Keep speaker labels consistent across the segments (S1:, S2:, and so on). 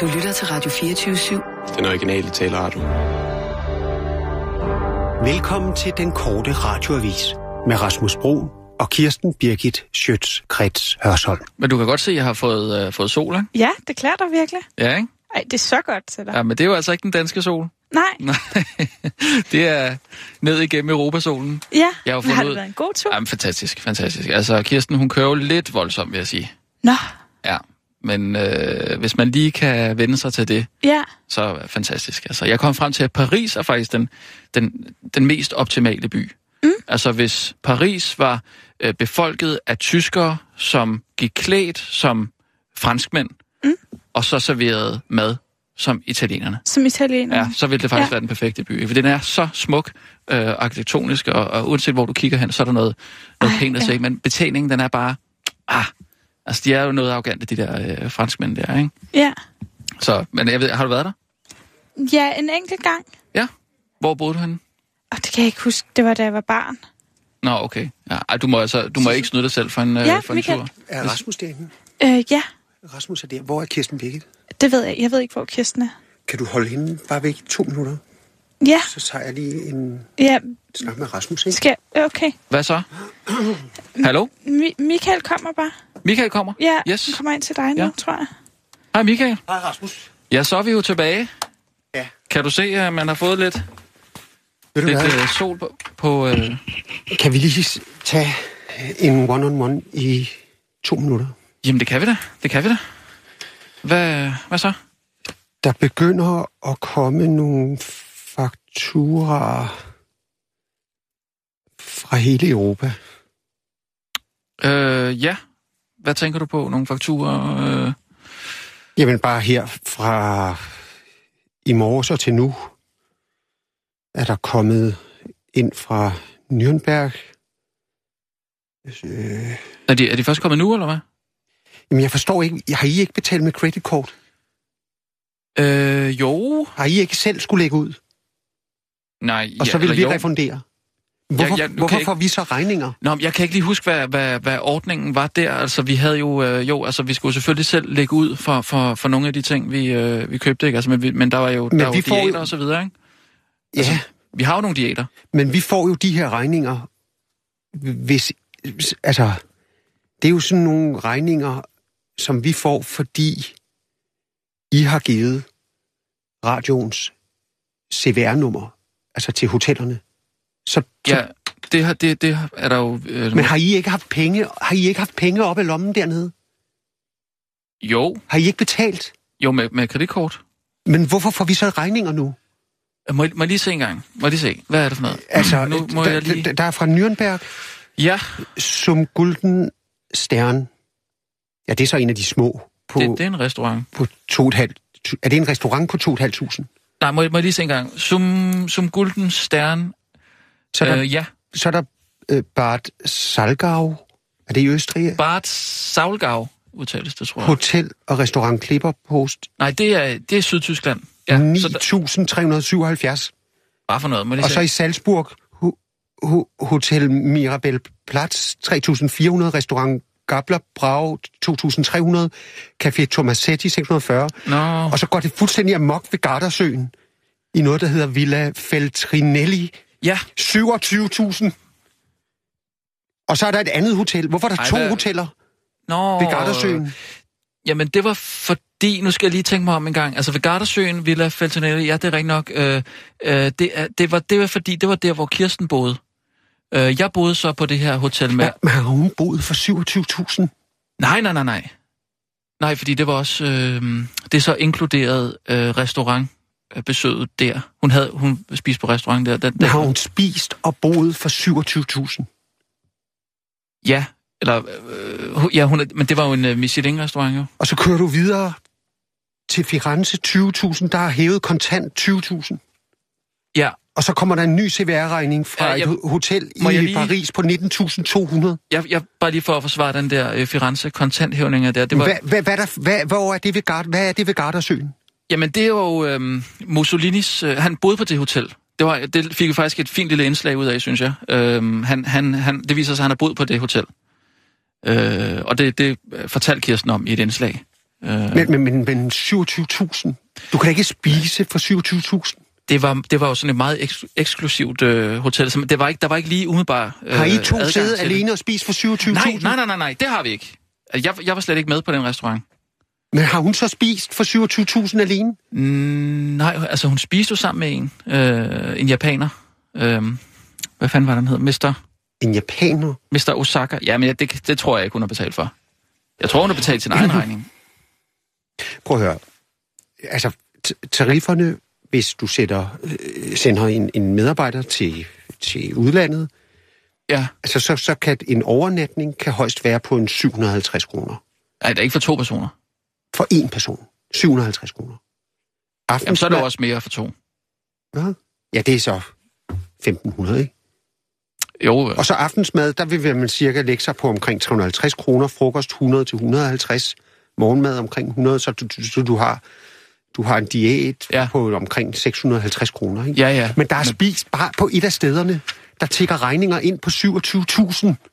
S1: Du lytter til Radio 24-7.
S2: Den originale taleradio.
S3: Velkommen til den korte radioavis med Rasmus Bro og Kirsten Birgit Schøtz-Krets Hørsholm.
S4: Men du kan godt se, at jeg har fået, øh, fået sol, ikke?
S5: Ja, det klæder dig virkelig.
S4: Ja, ikke?
S5: Ej, det er så godt til dig.
S4: Ja, men det er jo altså ikke den danske sol.
S5: Nej.
S4: Nej, det er ned igennem Europasolen.
S5: Ja,
S4: Jeg har jo
S5: men har
S4: fundet
S5: det
S4: ud-
S5: været en god tur?
S4: Jamen, fantastisk, fantastisk. Altså, Kirsten, hun kører jo lidt voldsomt, vil jeg sige.
S5: Nå,
S4: Ja, men øh, hvis man lige kan vende sig til det,
S5: ja.
S4: så er det fantastisk. Altså, jeg kom frem til, at Paris er faktisk den, den, den mest optimale by. Mm. Altså, hvis Paris var øh, befolket af tyskere, som gik klædt som franskmænd, mm. og så serverede mad som italienerne.
S5: Som italiener.
S4: Ja, så ville det faktisk ja.
S5: Ja.
S4: være den perfekte by. ikke? For den er så smuk øh, arkitektonisk, og, og uanset hvor du kigger hen, så er der noget, noget
S5: Ej,
S4: pænt at
S5: ja.
S4: se. Men betjeningen, den er bare... Ah, altså, de er jo noget arrogante, de der øh, franskmænd der, ikke?
S5: ja.
S4: Så, men jeg ved, har du været der?
S5: Ja, en enkelt gang.
S4: Ja. Hvor boede du henne?
S5: Og det kan jeg ikke huske. Det var, da jeg var barn.
S4: Nå, okay. Ja, ej, du må, altså, du må ikke snyde dig selv for en, øh,
S5: Ja,
S4: for en
S5: Michael.
S4: tur.
S3: Er Rasmus derinde?
S5: Øh, ja,
S3: Rasmus er der. Hvor er Kirsten Birgit?
S5: det ved jeg. Jeg ved ikke, hvor Kirsten er.
S3: Kan du holde hende bare væk i to minutter?
S5: Ja,
S3: Så tager jeg lige en
S5: ja.
S3: snak med Rasmus, ikke?
S5: Skal jeg? Okay.
S4: Hvad så? Hallo?
S5: Mi- Michael kommer bare.
S4: Michael kommer?
S5: Ja,
S4: Yes.
S5: han kommer ind til dig nu,
S4: Ja.
S5: ja. tror jeg.
S4: Hej, Michael.
S3: Hej, Rasmus.
S4: Ja, så er vi jo tilbage.
S3: Ja.
S4: Kan du se, at man har fået lidt,
S3: Ved du
S4: lidt
S3: hvad?
S4: øh, sol på... på øh...
S3: Kan vi lige s- tage en one-on-one i to minutter?
S4: Jamen, det kan vi da. Det kan vi da. Hvad, hvad så?
S3: Der begynder at komme nogle fakturer fra hele Europa.
S4: Øh, ja. Hvad tænker du på? Nogle fakturer? Øh...
S3: Jamen bare her fra i morges og til nu er der kommet ind fra Nürnberg. Øh,
S4: Er, de, er de først kommet nu, eller hvad?
S3: jamen jeg forstår ikke, har I ikke betalt med kreditkort?
S4: Øh, jo.
S3: Har I ikke selv skulle lægge ud?
S4: Nej,
S3: Og ja, så
S4: eller
S3: vil vi
S4: jo.
S3: refundere? Hvorfor, ja,
S4: ja,
S3: ja,
S4: nu kan
S3: hvorfor
S4: jeg ikke-
S3: får vi så regninger?
S4: Nå, men jeg kan ikke lige huske, hvad, hvad, hvad ordningen var der. Altså, vi havde jo... Øh, jo, altså, vi skulle jo selvfølgelig selv lægge ud for, for, for nogle af de ting, vi, øh, vi købte, ikke? Altså, men, vi, men der var jo,
S3: Men
S4: der var
S3: vi
S4: jo
S3: får jo-
S4: diæter og så videre, ikke?
S3: Ja, altså,
S4: Vi har jo nogle diæter.
S3: men vi får jo de her regninger, hvis... Altså, det er jo sådan nogle regninger, som vi får, fordi I har givet radioens CVR-nummer, altså til hotellerne. Så, så,
S4: Ja, det, har- det, det har- er der jo... Øh,
S3: Men har I ikke haft penge, har I ikke haft penge op i lommen dernede?
S4: Jo,
S3: Har I ikke betalt?
S4: jo med, med kreditkort.
S3: Men hvorfor får vi så regninger nu?
S4: Må jeg, må jeg lige se en gang? Må jeg lige se? Hvad er det for noget?
S3: Altså,
S4: nu må
S3: der,
S4: jeg lige...
S3: der, der er fra Nürnberg,
S4: Ja,
S3: som Gulden Stern. Ja, det er så en af de små på,
S4: det, det er en restaurant.
S3: på to og et halvt, tu- Er det en restaurant på 2.500?
S4: Nej, må, jeg- må jeg lige se en gang. Som, som Gulden Stern...
S3: Så er der, øh,
S4: Øh, ja,
S3: så er der øh, Bad Salgau. Er det i Østrig?
S4: Bart Saulgau udtales det, tror jeg.
S3: Hotel og restaurant Klipper Post.
S4: Nej, det er, det er Sydtyskland.
S3: Ja,
S4: Ja, så der,
S3: 9.377.
S4: bare for noget, må jeg
S3: Og
S4: lige
S3: så i
S4: se.
S3: Salzburg, ho- ho- Hotel Mirabel Platz, 3.400. Restaurant Gabler Brau, 2.300. Café Tomasetti, 640.
S4: Nå,
S3: Og så går det fuldstændig amok ved Gardersøen i noget, der hedder Villa Feltrinelli.
S4: ja.
S3: 27.000. Og så er der et andet hotel. Hvorfor er der
S4: Ej,
S3: Ej, to
S4: hvad-
S3: hoteller
S4: Nå,
S3: ved Gardersøen?
S4: Jamen, det var fordi, nu skal jeg lige tænke mig om en gang, altså ved Gardersøen, Villa Feltonelli, ja, det er rigtigt nok, øh, øh, det, er, det, var, det var fordi, det var der, hvor Kirsten boede. Øh, jeg boede så på det her hotel med...
S3: Ja,
S4: Ja.
S3: men har hun boet for 27.000?
S4: Nej, nej, nej, nej. Nej, fordi det var også... Øh, det er så inkluderet øh, restaurantbesøget der. Hun, havde, hun spiste på restaurant der. Den, den,
S3: Har hun spist og boet for 27.000?
S4: Ja, eller... Øh, hu- ja, hun, er- men det var jo en øh, Michelin-restaurant, jo.
S3: Og så kører du videre til Firenze 20.000, der har hævet kontant 20.000.
S4: Ja,
S3: Og så kommer der en ny CVR-regning fra
S4: Ja,
S3: ja,
S4: jeg-
S3: jeg, et ho- hotel
S4: Må
S3: i
S4: jeg lige-
S3: Paris på 19.200.
S4: jeg, jeg bare lige for at forsvare den der øh, Firenze-kontanthævninger der. Det var,
S3: Hvad, hvad, hvad, er der- hvad, hvor er det ved Gard, hvad er det ved Gardersøen?
S4: Jamen, det var jo øh, Mussolinis... Øh, han boede på det hotel. Det, var, det fik vi faktisk et fint lille indslag ud af, synes jeg. Øh, han, han, han, det viser sig, at han har boet på det hotel. Øh, og det, det fortalte Kirsten øh, om i et indslag. Øh,
S3: Men, men, men, men 27.000? Du kan da ikke spise for 27.000.
S4: det, var, det var jo sådan et meget eks- eksklusivt øh, hotel, som det var ikke, der var ikke lige umiddelbart øh,
S3: Har I to
S4: adgang
S3: siddet
S4: til det.
S3: alene og spist for 27.000?
S4: Nej, nej, nej, nej, nej, det har vi ikke. Jeg, jeg var slet ikke med på den restaurant.
S3: Men har hun så spist for 27.000 alene?
S4: Mm, nej, altså hun spiste jo sammen med en, øh, en japaner. Øh, hvad fanden var den hed? Mr.
S3: En japaner?
S4: Mr. Osaka. Ja, men jeg, det, det tror jeg ikke, hun har betalt for. Jeg tror, hun har betalt sin egen regning.
S3: Prøv at høre. Altså, t- tarifferne, hvis du sætter, øh, sender en, en medarbejder til, til udlandet,
S4: Ja,
S3: altså, så, så kan en overnatning kan højst være på en 750 kroner.
S4: nej, det er ikke for to personer.
S3: For én person. 750 kroner.
S4: Jamen, så er det jo
S3: Aftensmad-
S4: også mere for to.
S3: Nå. Ja, det er så 1.500, ikke?
S4: Jo, øh,
S3: Og så aftensmad, der vil man cirka lægge sig på omkring 350 kroner, frokost 100 til 150, morgenmad omkring 100, så du, du, du har du har en diæt
S4: Ja.
S3: ja. på omkring 650 kroner. Ikke?
S4: Ja, ja.
S3: Men der er
S4: Men-
S3: spist bare på et af stederne, der tigger regninger ind på 27.000.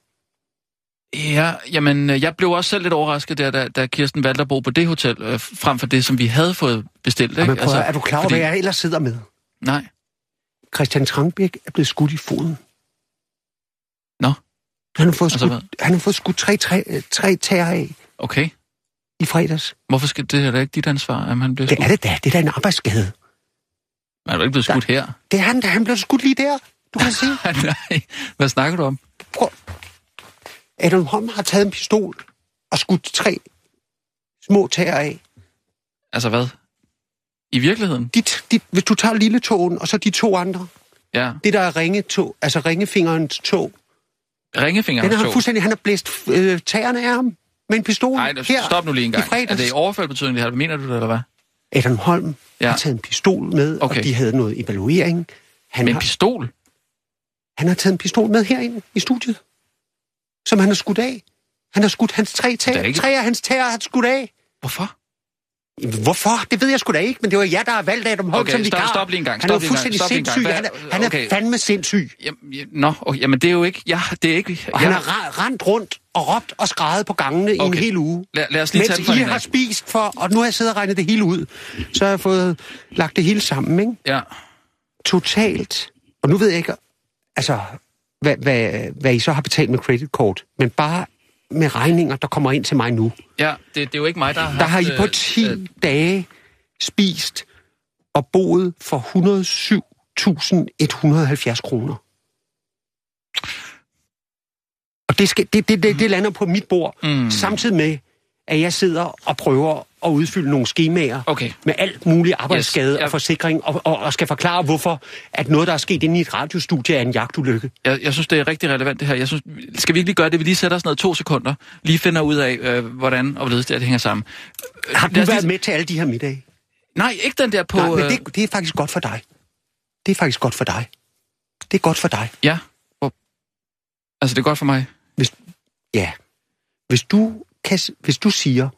S4: ja, jamen, øh, jeg blev også selv lidt overrasket, der, da, da Kirsten valgte at bo på det hotel, øh, frem for det, som vi havde fået bestilt. Ikke?
S3: Jamen, prøv, altså, er du klar over, fordi... hvad jeg ellers sidder med?
S4: Nej,
S3: Christian Trangbæk er blevet skudt i foden.
S4: Nå.
S3: Han har fået
S4: Altså,
S3: skudt, altså, han har fået skudt tre, tre, øh, tre tæer af
S4: okay.
S3: i fredags.
S4: Hvorfor skal det er da ikke dit ansvar, at han bliver
S3: Det
S4: skudt?
S3: er det da. Det er da en arbejdsskade.
S4: Man er jo ikke blevet skudt her.
S3: Det er han, da han blev skudt lige der. Du kan se.
S4: Nej, hvad snakker du om?
S3: Prøv. Adam Holm har taget en pistol og skudt tre små tæer af.
S4: Altså hvad? I virkeligheden?
S3: De, t- de, hvis du tager lille tågen, og så de to andre.
S4: Ja.
S3: Det der er ringetog, altså ringefingerens tog. Den
S4: Ringefingerens
S3: har han
S4: tog.
S3: fuldstændig, han har blæst øh, tæerne af ham med en pistol.
S4: Nej, nu- stop nu lige
S3: i
S4: en gang. Er
S3: fredags.
S4: det i overført betydning, det her? Mener du det, eller hvad?
S3: Adam Holm
S4: Ja.
S3: ja. har taget en pistol med, okay.
S4: Okay.
S3: og de havde noget evaluering. Han,
S4: Med en
S3: har,
S4: pistol?
S3: han har taget en pistol med herinde i studiet, som han har skudt af. Han har skudt hans tre
S4: Det
S3: tæer.
S4: er ikke-
S3: Tre af hans tæer har han skudt af.
S4: Hvorfor?
S3: Hvorfor? Det ved jeg sgu da ikke, men det var jer, der har valgt Adam Holm
S4: Okay,
S3: som
S4: stop-
S3: vikar.
S4: stop lige en gang,
S3: Han
S4: stop
S3: er jo
S4: lige en gang,
S3: fuldstændig
S4: stop lige en gang.
S3: sindssyg.
S4: Hvad-
S3: Han, er, han
S4: okay.
S3: er fandme sindssyg.
S4: Jamen, ja, nå, okay, jamen det er jo ikke... Ja, det er ikke...
S3: Og
S4: ja,
S3: han har ra- rendt rundt og råbt og skrejet på gangene okay. i en
S4: Okay.
S3: hel uge.
S4: Lad- lad os lige tage den
S3: Mens
S4: fra
S3: I
S4: hinanden.
S3: har spist for, og nu har jeg siddet og regnet det hele ud, så har jeg fået lagt det hele sammen, ikke?
S4: ja.
S3: Totalt. Og nu ved jeg ikke, altså, hvad, hvad, hvad I så har betalt med kreditkort, men bare med regninger, der kommer ind til mig nu.
S4: Ja, det, det er jo ikke mig, der har
S3: Der har I
S4: haft,
S3: på
S4: øh,
S3: 10
S4: øh,
S3: dage spist og boet for 107.170 kroner. Og det, skal, det, det, det, det lander på mit bord,
S4: Mm.
S3: mm. samtidig med, at jeg sidder og prøver at udfylde nogle skemaer
S4: øh, Okay.
S3: med alt muligt arbejdsskade
S4: Yes,
S3: yes,
S4: jeg-
S3: og forsikring, og, og, og skal forklare, hvorfor at noget, der er sket inde i et radiostudie, er en jagtulykke.
S4: Jeg, jeg synes, det er rigtig relevant det her. Jeg synes, skal vi ikke lige gøre det? Vi lige sætter os ned i to sekunder, lige finder ud af, øh, hvordan og hvorledes det, her, det hænger sammen. Øh,
S3: Har du
S4: lad os
S3: været
S4: lige-
S3: med til alle de her middage?
S4: Nej, ikke den der på...
S3: Nej, men
S4: øh,
S3: det, det er faktisk godt for dig. Det er faktisk godt for dig. Det er godt for dig.
S4: Ja. Hvor... Altså, det er godt for mig.
S3: Ja. Hvis du, kan, s- hvis du siger,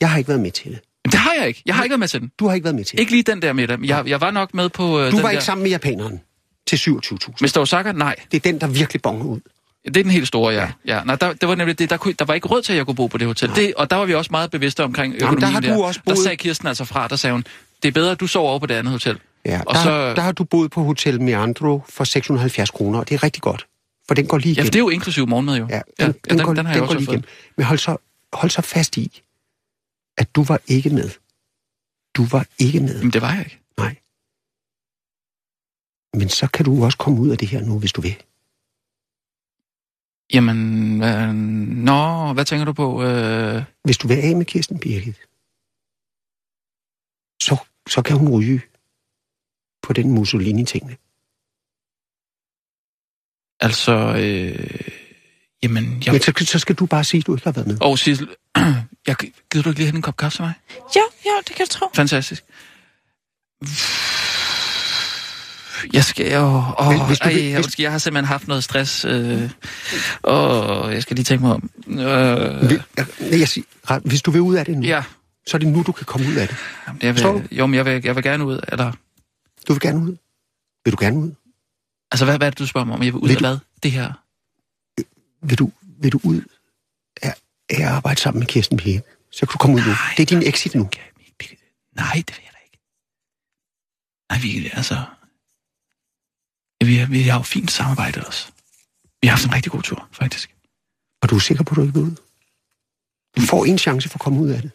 S3: jeg har ikke været med til det.
S4: Men det har jeg ikke. Jeg har ikke været med til den.
S3: Du har ikke været med til det.
S4: Ikke lige den der middag. men Jeg, jeg var nok med på øh,
S3: du
S4: den
S3: var
S4: der.
S3: ikke sammen med japaneren til 27.000.
S4: Mr. Osaka? Nej.
S3: Det er den, der virkelig bonger ud.
S4: Det er den helt store, ja. ja. Nej, der, det var nemlig det. Der, kunne, der var ikke råd til, at jeg kunne bo på det hotel. Det, og der var vi også meget bevidste omkring økonomien
S3: der har du også
S4: der.
S3: boet-
S4: sagde Kirsten altså fra, der sagde hun, det er bedre, at du sover over på det andet hotel.
S3: Ja,
S4: og
S3: der,
S4: så,
S3: der har du boet på Hotel Meandro for 670 kroner, og det er rigtig godt. For den går lige
S4: ja,
S3: igennem.
S4: for det er jo inklusiv morgenmad jo.
S3: Ja, den, den, går, den,
S4: har jeg
S3: går
S4: også
S3: lige
S4: fået.
S3: igennem. Men hold så, hold så fast i, at du var ikke med. Du var ikke med.
S4: Jamen, det var jeg ikke.
S3: Nej. Men så kan du også komme ud af det her nu, hvis du vil.
S4: Jamen, øh, nå, hvad tænker du på? Øh,
S3: hvis du vil af med Kirsten Birgit, så, så kan hun ryge på den Mussolini-tingene.
S4: altså, øh, jamen, jeg...
S3: Men så, så skal du bare sige, at du ikke har været med.
S4: Og Sissel, jeg, gider du ikke lige have en kop kaffe til mig?
S5: Jo, jo, det kan du tro.
S4: Fantastisk. Jeg skal jo...
S3: Men
S4: Åh,
S3: hvis du
S4: ej,
S3: vil-
S4: jeg,
S3: hvis-
S4: undskyld, jeg har simpelthen haft noget stress. Øh, og jeg skal lige tænke mig om. Øh,
S3: Vi- Jeg, jeg siger, ret- hvis du vil ud af det nu,
S4: ja,
S3: så er det nu, du kan komme ud af det.
S4: Jamen, jeg
S3: Forstår du?
S4: vil, jo, men jeg vil, jeg vil gerne ud. Eller,
S3: Du vil gerne ud. Vil du gerne ud?
S4: altså, hvad, hvad er det, du spørger mig om? Jeg vil ud
S3: Vil
S4: af
S3: du-
S4: hvad? Det her?
S3: Vil du, vil du ud af, af at arbejde sammen med Kirsten Birgit? Så kan du komme ud nu.
S4: Nej,
S3: Det er din exit nu.
S4: Kan vi ikke- Nej, det vil jeg da ikke. Nej, vi, altså, vi, har- vi har jo fint samarbejdet også. Vi har haft en rigtig god tur, faktisk.
S3: Og du er sikker på, at du ikke vil ud? Du får en chance for at komme ud af det.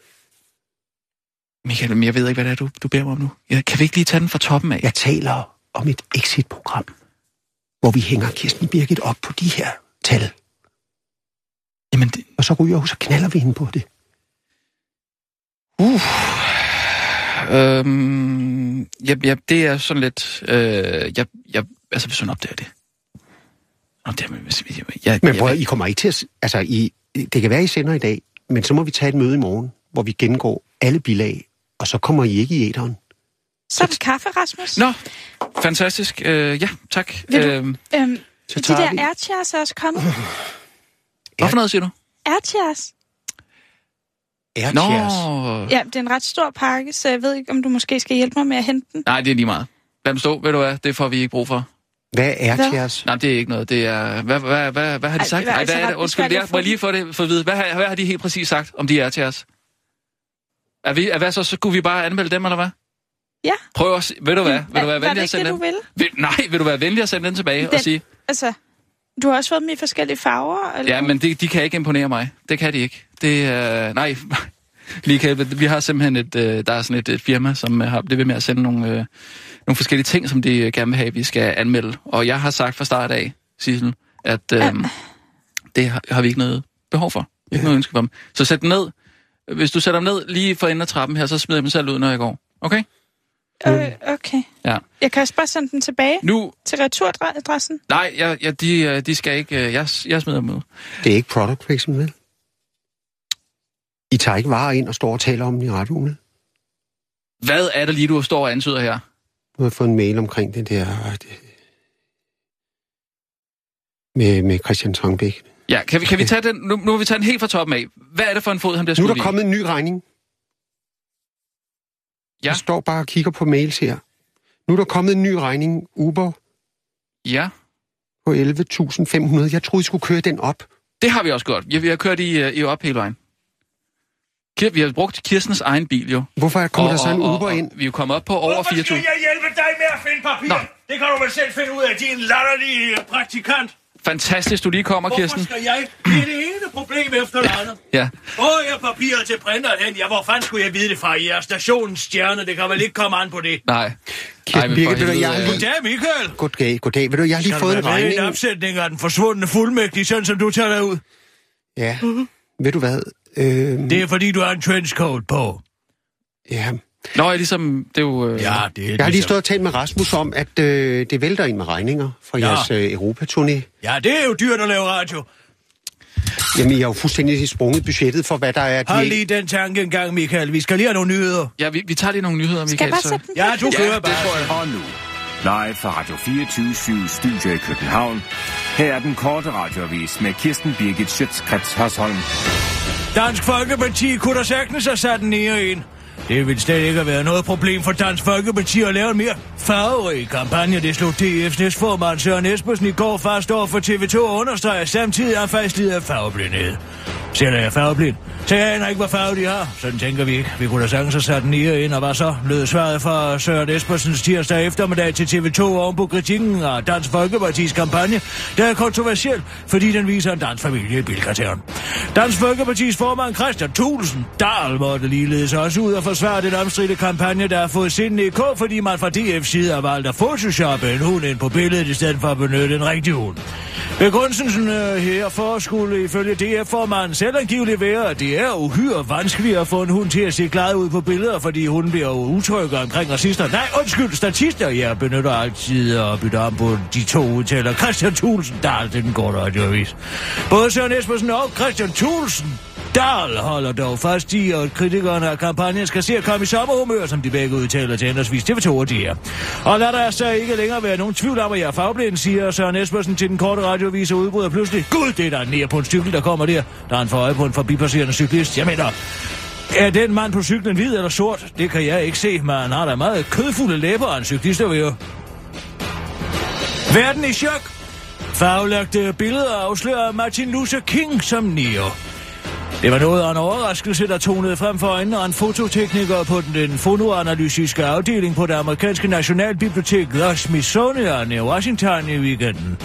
S4: Michael, men jeg ved ikke, hvad det er, du, du beder mig om nu. Jeg, kan vi ikke lige tage den fra toppen af?
S3: Jeg taler om et exit-program, hvor vi hænger Kirsten Birgit op på de her tal.
S4: Jamen, det,
S3: Og så ryger hun, så knaller vi hende på det.
S4: Uh. Øhm, ja, ja, det er sådan lidt... Øh, jeg, jeg, altså, hvis hun opdager det. Opdager, men, hvis, jeg, jeg,
S3: Men prøv, at-
S4: jeg,
S3: I kommer ikke til at... s- Altså, I, det kan være, I sender i dag, men så må vi tage et møde i morgen, hvor vi gennemgår alle bilag, og så kommer I ikke i æderen.
S5: Så er det kaffe, Rasmus.
S4: Nå, fantastisk. Øh, ja, tak.
S5: Vil du-
S4: Øhm,
S5: Øhm,
S3: Så
S5: de
S3: tager
S5: der
S3: vi-
S5: airchairs er også kommet.
S4: hvad for noget siger du?
S5: Airchairs?
S4: Nå,
S5: Ja, det er en ret stor pakke, så jeg ved ikke, om du måske skal hjælpe mig med at hente den.
S4: nej, det er lige meget. Lad dem stå, ved du hvad, det får vi ikke brug for.
S3: Hvad er
S5: Hvad?
S3: Tjers?
S4: Nej, det er ikke noget, det er... Hvad, hvad, hvad, hvad har de
S5: Ej,
S4: sagt?
S5: det var
S4: Ej,
S5: altså
S4: hvad er
S5: ret
S4: det? Undskyld,
S5: besværligt
S4: jeg
S5: at få
S4: må jeg lige få det for at vide. Hvad har, hvad har de helt præcis sagt, om de er til os? Er vi, er, hvad så, så skulle vi bare anmelde dem, eller hvad?
S5: Ja.
S4: Prøv at se, ved du hvad, vil du være
S5: var det
S4: venlig at
S5: ikke
S4: sende
S5: det,
S4: dem?
S5: du ville?
S4: Vil, nej, vil du være venlig at sende den tilbage den. og
S5: Den-
S4: sige,
S5: Altså, du har også fået dem i forskellige farver? Eller?
S4: ja, men de, de kan ikke imponere mig. Det kan de ikke. Det er, øh, nej, Michael, vi har simpelthen et, øh, der er sådan et, et firma, som øh, har det ved med at sende nogle, øh, nogle forskellige ting, som de øh, gerne vil have, vi skal anmelde. Og jeg har sagt fra start af, Sissel, at øh, det har, har vi ikke noget behov for. Ikke noget ønske for dem. Så sæt dem ned. Hvis du sætter dem ned lige for enden af trappen her, så smider jeg dem selv ud, når jeg går. Okay?
S5: Øh, okay.
S4: Ja.
S5: Jeg kan også bare sende den tilbage
S4: Nu,
S5: til returadressen.
S4: nej, jeg, jeg, de, øh, de skal ikke, øh, jeg, jeg smider dem ud.
S3: Det er ikke product placement, vel? I tager ikke varer ind og står og taler om den i radioen, vel?
S4: Hvad er det lige, du står og antyder her?
S3: Nu har jeg fået en mail omkring det der... og Det, med, med Christian Trangbæk.
S4: Ja, kan vi, kan vi tage den, nu, nu vil vi tage den helt fra toppen af. Hvad er det for en fod, han bliver
S3: Nu
S4: skudt
S3: er der
S4: i?
S3: kommet en ny regning.
S4: Ja.
S3: Jeg står bare og kigger på mails her. Nu er der kommet en ny regning. Uber
S4: Ja,
S3: på 11.500. Jeg troede, I skulle køre den op.
S4: det har vi også gjort. Ja, vi har kørt i, øh, i op hele vejen. Kir- Vi har brugt Kirstens egen bil jo.
S3: Hvorfor kommer der så en Uber ind?
S4: vi er jo kommet op på over
S2: Hvorfor
S4: 4.000.
S2: skal jeg hjælpe dig med at finde papir?
S4: Nå.
S2: Det kan du vel selv finde ud af, din latterlige øh, praktikant.
S4: Fantastisk, du lige kommer,
S2: Hvorfor
S4: Kirsten.
S2: skal jeg? Det er det ene problem efter det andet.
S4: Ja.
S2: Hvor er papiret til printeren hen? Ja, hvor fanden skulle jeg vide det fra? I er stationens stjerne. Det kan vel ikke komme an på det.
S4: Nej.
S3: Kirsten
S4: men for
S3: Birgit, ved du,
S4: helvede,
S3: jeg har
S4: øh,
S3: lige...
S2: Ja, Michael.
S3: Goddag, goddag. Ved du, jeg har lige
S2: Kan du
S3: fået en
S2: være med i
S3: regning.
S2: en opsætning af den forsvundne fuldmægtige, sådan som du tager dig ud?
S3: Ja.
S2: Mm-hmm.
S3: Ved du hvad? Øhm,
S2: Det er fordi, du har en trenchcoat på.
S3: ja.
S4: Nå, jeg ligesom, det er jo... Øh,
S2: Ja, det er
S3: Jeg har lige
S2: ligesom-
S3: stået og talt med Rasmus om, at øh, det vælter ind med regninger fra ja.
S2: Ja.
S3: jeres øh, Europaturné.
S2: Ja, det er jo dyrt at lave radio.
S3: Jamen, jeg har jo fuldstændig sprunget budgettet for, hvad der er.
S2: Hold
S3: Det-
S2: lige den tanke en gang, Michael. Vi skal lige have nogle nyheder.
S4: ja vi, vi tager lige nogle nyheder,
S5: Skal
S4: Michael.
S5: jeg bare
S4: så-
S5: sætte den på?
S2: Ja, du
S4: Ja,
S2: kører
S4: det
S2: bare.
S4: tror jeg.
S6: Og nu, live fra Radio 24 Studio i København. Her er den korte radiovis med Kirsten Birgit Schøtzgrads Hasholm.
S2: Dansk Folkeparti kunne da sagtens have sat den nære ind. Det ville slet ikke have været noget problem for Dansk Folkeparti at lave en mere farverig kampagne. Det slog DF's næstformand Søren Espersen i går fast over for TV2 og understreger samtidig, at han faktisk lider af farveblindhed. Selv er jeg farveblind. Så jeg aner ikke, hvad farve de har. Sådan tænker vi ikke. Vi kunne da sagtens have sat den nære ind, og hvad så? Lød svaret fra Søren Espersens tirsdag eftermiddag til TV2 oven på kritikken af Dansk Folkepartis kampagne, der er kontroversiel, fordi den viser en dansk familie i bilkvarteren. Dansk Folkepartis formand Christian Thulsen Dahl måtte ligeledes også ud og forsvare den omstridte kampagne, der har fået sindene i kog, fordi man fra DF's side har valgt at photoshoppe en hund ind på billedet, i stedet for at benytte en rigtig hund. Begrundelsen øh, herfor skulle ifølge DF-formanden selv angiveligt være, at det er uhyre vanskeligt at få en hund til at se klar ud på billeder, fordi hunden bliver jo utryg omkring racister. Nej, undskyld, statister, jeg benytter altid at bytte om på de to udtaler. Christian Thulsen Dahl, det er den korte radioavis. Både Søren Espersen og Christian Thulsen Dahl holder dog fast i, at kritikerne af kampagnen skal se at komme i sommerhumør, som de begge udtaler til henholdsvis TV2 og DR. Og lad der så ikke længere være nogen tvivl om, at jeg er fagblind, siger Søren Espersen til den korte radiovis og udbryder pludselig. Gud, det er der en nære på en cykel, der kommer der. Der er en for øje på en forbipasserende cyklist. Jeg mener, er den mand på cyklen hvid eller sort? Det kan jeg ikke se, men han har da meget kødfulde læber, og en cyklist er jo. Verden i chok. Faglagte billeder afslører Martin Luther King som Neo. Det var noget af en overraskelse, der tonede frem for øjnene af en fototekniker på den, den fonoanalytiske afdeling på det amerikanske nationalbibliotek The Smithsonian i Washington i weekenden.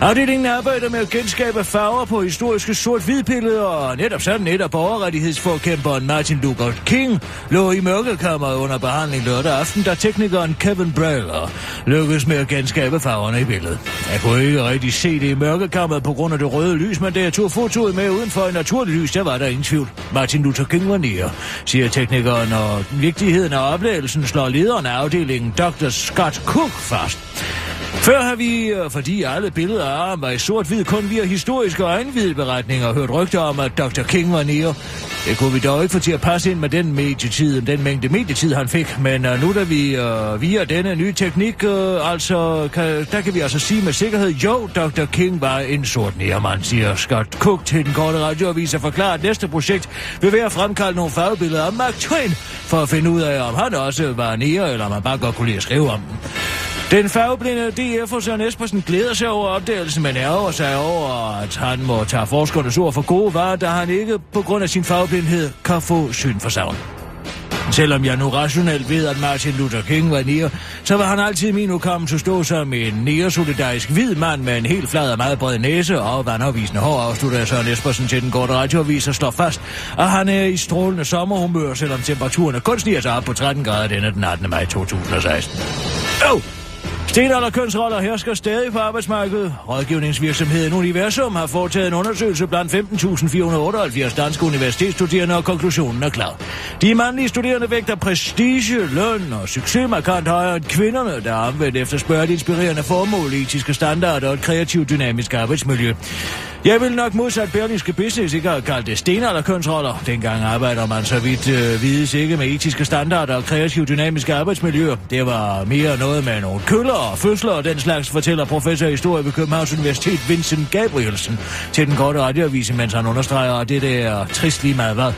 S2: Afdelingen arbejder med at genskabe farver på historiske sort-hvid-billeder, og netop sådan et af borgerrettighedsforkæmperen Martin Luther King lå i mørkekammeret under behandling lørdag aften, da teknikeren Kevin Breger lykkedes med at genskabe farverne i billedet. Jeg kunne ikke rigtig se det i mørkekammeret på grund af det røde lys, men da jeg tog fotoet med uden for et naturligt lys, der var der ingen tvivl. Martin Luther King var nære, siger teknikeren, og vigtigheden af oplevelsen slår lederen af afdelingen Dr. Scott Cook fast. Før har vi, øh, fordi alle billeder af ham var i sort-hvid, kun via historiske øjenhvidberetninger hørt rygter om, at Dr. King var nære. Det kunne vi dog ikke få til at passe ind med den medietid, den mængde medietid, han fik. Men øh, nu da vi øh, via denne nye teknik, øh, altså, kan, der kan vi altså sige med sikkerhed, jo, Dr. King var en sort nærmand, siger Scott Cook til den korte radioavis og forklarer, at næste projekt vil være at fremkalde nogle farvebilleder af Mark Twain, for at finde ud af, om han også var nære, eller om han bare godt kunne lide at skrive om dem. Den farveblinde DF'er Søren Espersen glæder sig over opdagelsen, men ærger sig over, at han må tage forskernes ord for gode varer, da han ikke på grund af sin farveblindhed kan få syn for savn. Selvom jeg nu rationelt ved, at Martin Luther King var nære, så var han altid i min hukommelse stå som en næresolidarisk hvid mand med en helt flad og meget bred næse og vandafvisende hår, afslutter Søren Espersen til den korte radioavis og slår fast, at han er i strålende sommerhumør, selvom temperaturen er kun sniger sig op på 13 grader denne den 18. maj 2016. Øv! Stenalder kønsroller hersker stadig på arbejdsmarkedet. Rådgivningsvirksomheden Universum har foretaget en undersøgelse blandt 15.478 danske universitetsstuderende, og konklusionen er klar. De mandlige studerende vægter prestige, løn og succes markant højere end kvinderne, der omvendt efterspørger et inspirerende formål, etiske standarder og et kreativt dynamisk arbejdsmiljø. Jeg vil nok modsat Berlingske Business ikke have kaldt det stenalderkønsroller. Dengang arbejder man så vidt øh, vides ikke med etiske standarder og kreativ dynamiske arbejdsmiljøer. Det var mere noget med nogle køller og fødsler og den slags, fortæller professor i historie ved Københavns Universitet Vincent Gabrielsen til den korte radioavise, mens han understreger, at det der er trist lige meget hvad.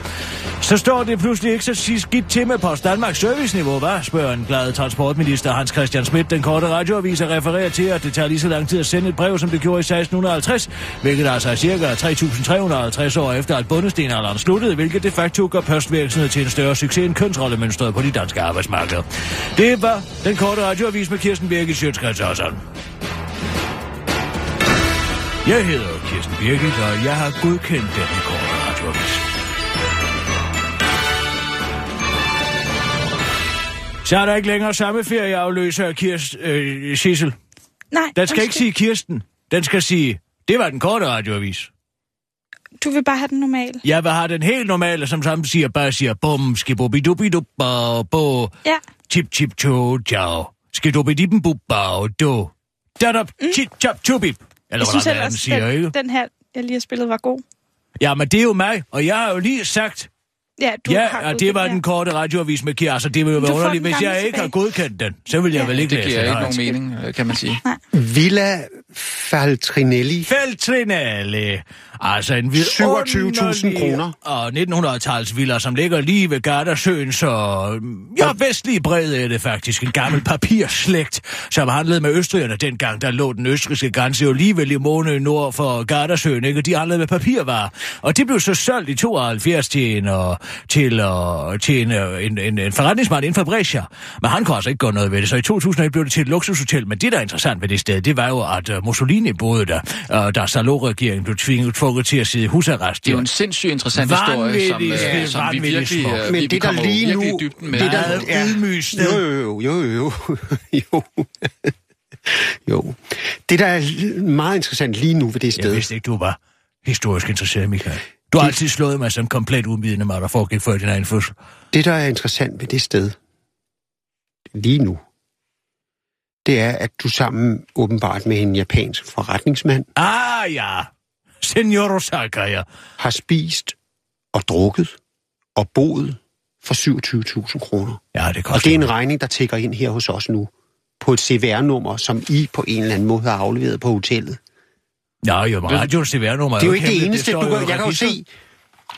S2: Så står det pludselig ikke så sidst skidt til med Post Danmarks serviceniveau, hvad? spørger en glad transportminister Hans Christian Schmidt. Den korte radioavis refererer til, at det tager lige så lang tid at sende et brev, som det gjorde i 1650, hvilket altså er cirka 3.350 år efter, at bundestenalderen sluttede, hvilket de facto gør postvirksomhed til en større succes end kønsrollemønstret på de danske arbejdsmarkeder. Det var den korte radioavis med Kirsten Birgit Sjøtskrets og sådan. Jeg hedder Kirsten Birgit, og jeg har godkendt den korte radioavis. Så er der ikke længere samme ferieafløser, Kirsten, øh, Sissel.
S5: Nej,
S2: Den skal ikke
S5: undskyld.
S2: sige Kirsten. Den skal sige, det var den korte radioavis.
S5: Du vil bare have den normal.
S2: Jeg vil have den helt normale, som sammen siger, bare siger, bum, skibobidubidu, bao, bo,
S5: Ja.
S2: chip, chip, cho, ciao, skidobidibim, bu, bao, do, dadop, chip, chap, chubib. Eller
S5: Mm. Jeg
S2: hvad
S5: synes
S2: der er, den
S5: ellers,
S2: siger,
S5: den,
S2: ikke?
S5: den her, jeg lige har spillet, var god.
S2: Ja, men det er jo mig, og jeg har jo lige sagt,
S5: Ja, du har
S2: ja, og det
S5: godkendt
S2: var
S5: den
S2: den
S5: her.
S2: korte radioavis med Kier, så det ville jo
S5: Men
S2: være
S5: du får
S2: underligt,
S5: den
S2: hvis
S5: gamle
S2: jeg ikke har
S5: tilbage.
S2: godkendt den. Så ville jeg
S5: Ja.
S2: vel ikke
S4: Det giver
S2: læse
S4: ikke
S2: den højt.
S4: nogen mening, øh, kan man sige.
S3: Villa Faltrinelli.
S2: Feltrinale. Altså en
S3: 27.000 kroner.
S2: Og 1900-tals villa, som ligger lige ved Gardasøen, så... mm, Ja, vestlige bred er det faktisk. En gammel papirslægt, som handlede med østrigerne dengang, der lå den østrigske grænse jo lige ved Limone nord for Gardasøen, ikke? Og de handlede med papirvarer. Og det blev så solgt i 72 til en, og, til, og, til en, øh, en, en, en forretningsmand inden for Brescia. Men han kunne altså ikke gøre noget ved det, så i 2001 blev det til et luksushotel. Men det, der er interessant ved det sted, det var jo, at øh, Mussolini boede der, øh, da Salo-regeringen blev tvinget, tvunget til at sidde i husarrest.
S4: Det er jo en sindssygt interessant historie, som,
S2: Vanvittigt
S4: øh,
S2: smukt.
S4: som vi
S2: Vanvittigt
S4: virkelig,
S2: smukt.
S4: øh,
S3: Men
S4: vi, vi
S3: det, der
S4: kommer jo
S3: lige
S4: virkelig
S3: nu-
S4: i dydben med.
S3: det, der-
S4: Øh,
S2: meget
S3: Ja.
S2: ydmygt
S3: Jo,
S2: sted.
S3: jo, jo, jo, jo. jo. jo. Det, der er l- meget interessant lige nu ved det
S2: Jeg
S3: sted,
S2: vidste ikke, du var historisk interesseret, Michael. Du har altid slået mig som komplet uvidende mig, der foregik før din egen fødsel.
S3: det, der er interessant ved det sted lige nu, det er, at du sammen åbenbart med en japansk forretningsmand
S2: Ah ja, Senor Osaka, ja.
S3: har spist og drukket og boet for 27.000 kroner.
S2: Ja, det
S3: Og det er
S2: koster
S3: en regning, der tækker ind her hos os nu på et CVR-nummer, som I på en eller anden måde har afleveret på hotellet.
S2: Nej, jo, men radioens CVR-nummer
S3: Det er jo ikke
S2: ikke
S3: det
S2: hemmeligt.
S3: eneste,
S2: står
S3: du
S2: jo i
S3: kan, jeg kan jo
S2: registret.
S3: se.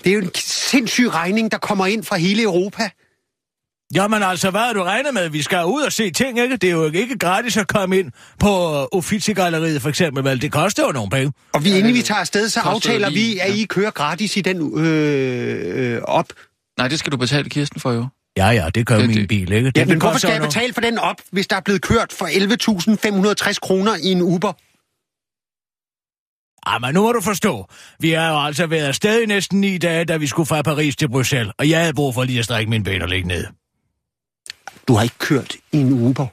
S3: Det er jo en sindssyg regning, der kommer ind fra hele Europa.
S2: Jamen altså, hvad har du regnet med? Vi skal ud og se ting, ikke? Det er jo ikke gratis at komme ind på øh, Uffizi-galleriet, for eksempel. Vel, det koster jo nogle penge.
S3: Og vi, inden vi tager afsted, så
S4: Koster
S3: aftaler
S4: lige,
S3: vi, at
S4: ja.
S3: I kører gratis i den øh, øh, op.
S4: Nej, det skal du betale Kirsten for jo.
S2: Ja, ja, det gør jo
S4: Det-
S2: min
S4: det-
S2: bil, ikke?
S3: Ja,
S2: Den
S3: men hvorfor
S2: koster
S3: skal jeg
S2: jo
S3: betale for den op, hvis der er blevet kørt for 11.560 kroner i en Uber?
S2: nogle- Ah, men nu må du forstå. Vi har jo altså været afsted i næsten ni dage, da vi skulle fra Paris til Bruxelles. Og jeg havde brug for lige at strække mine ben og ligge ned.
S3: Du har ikke kørt i en Uber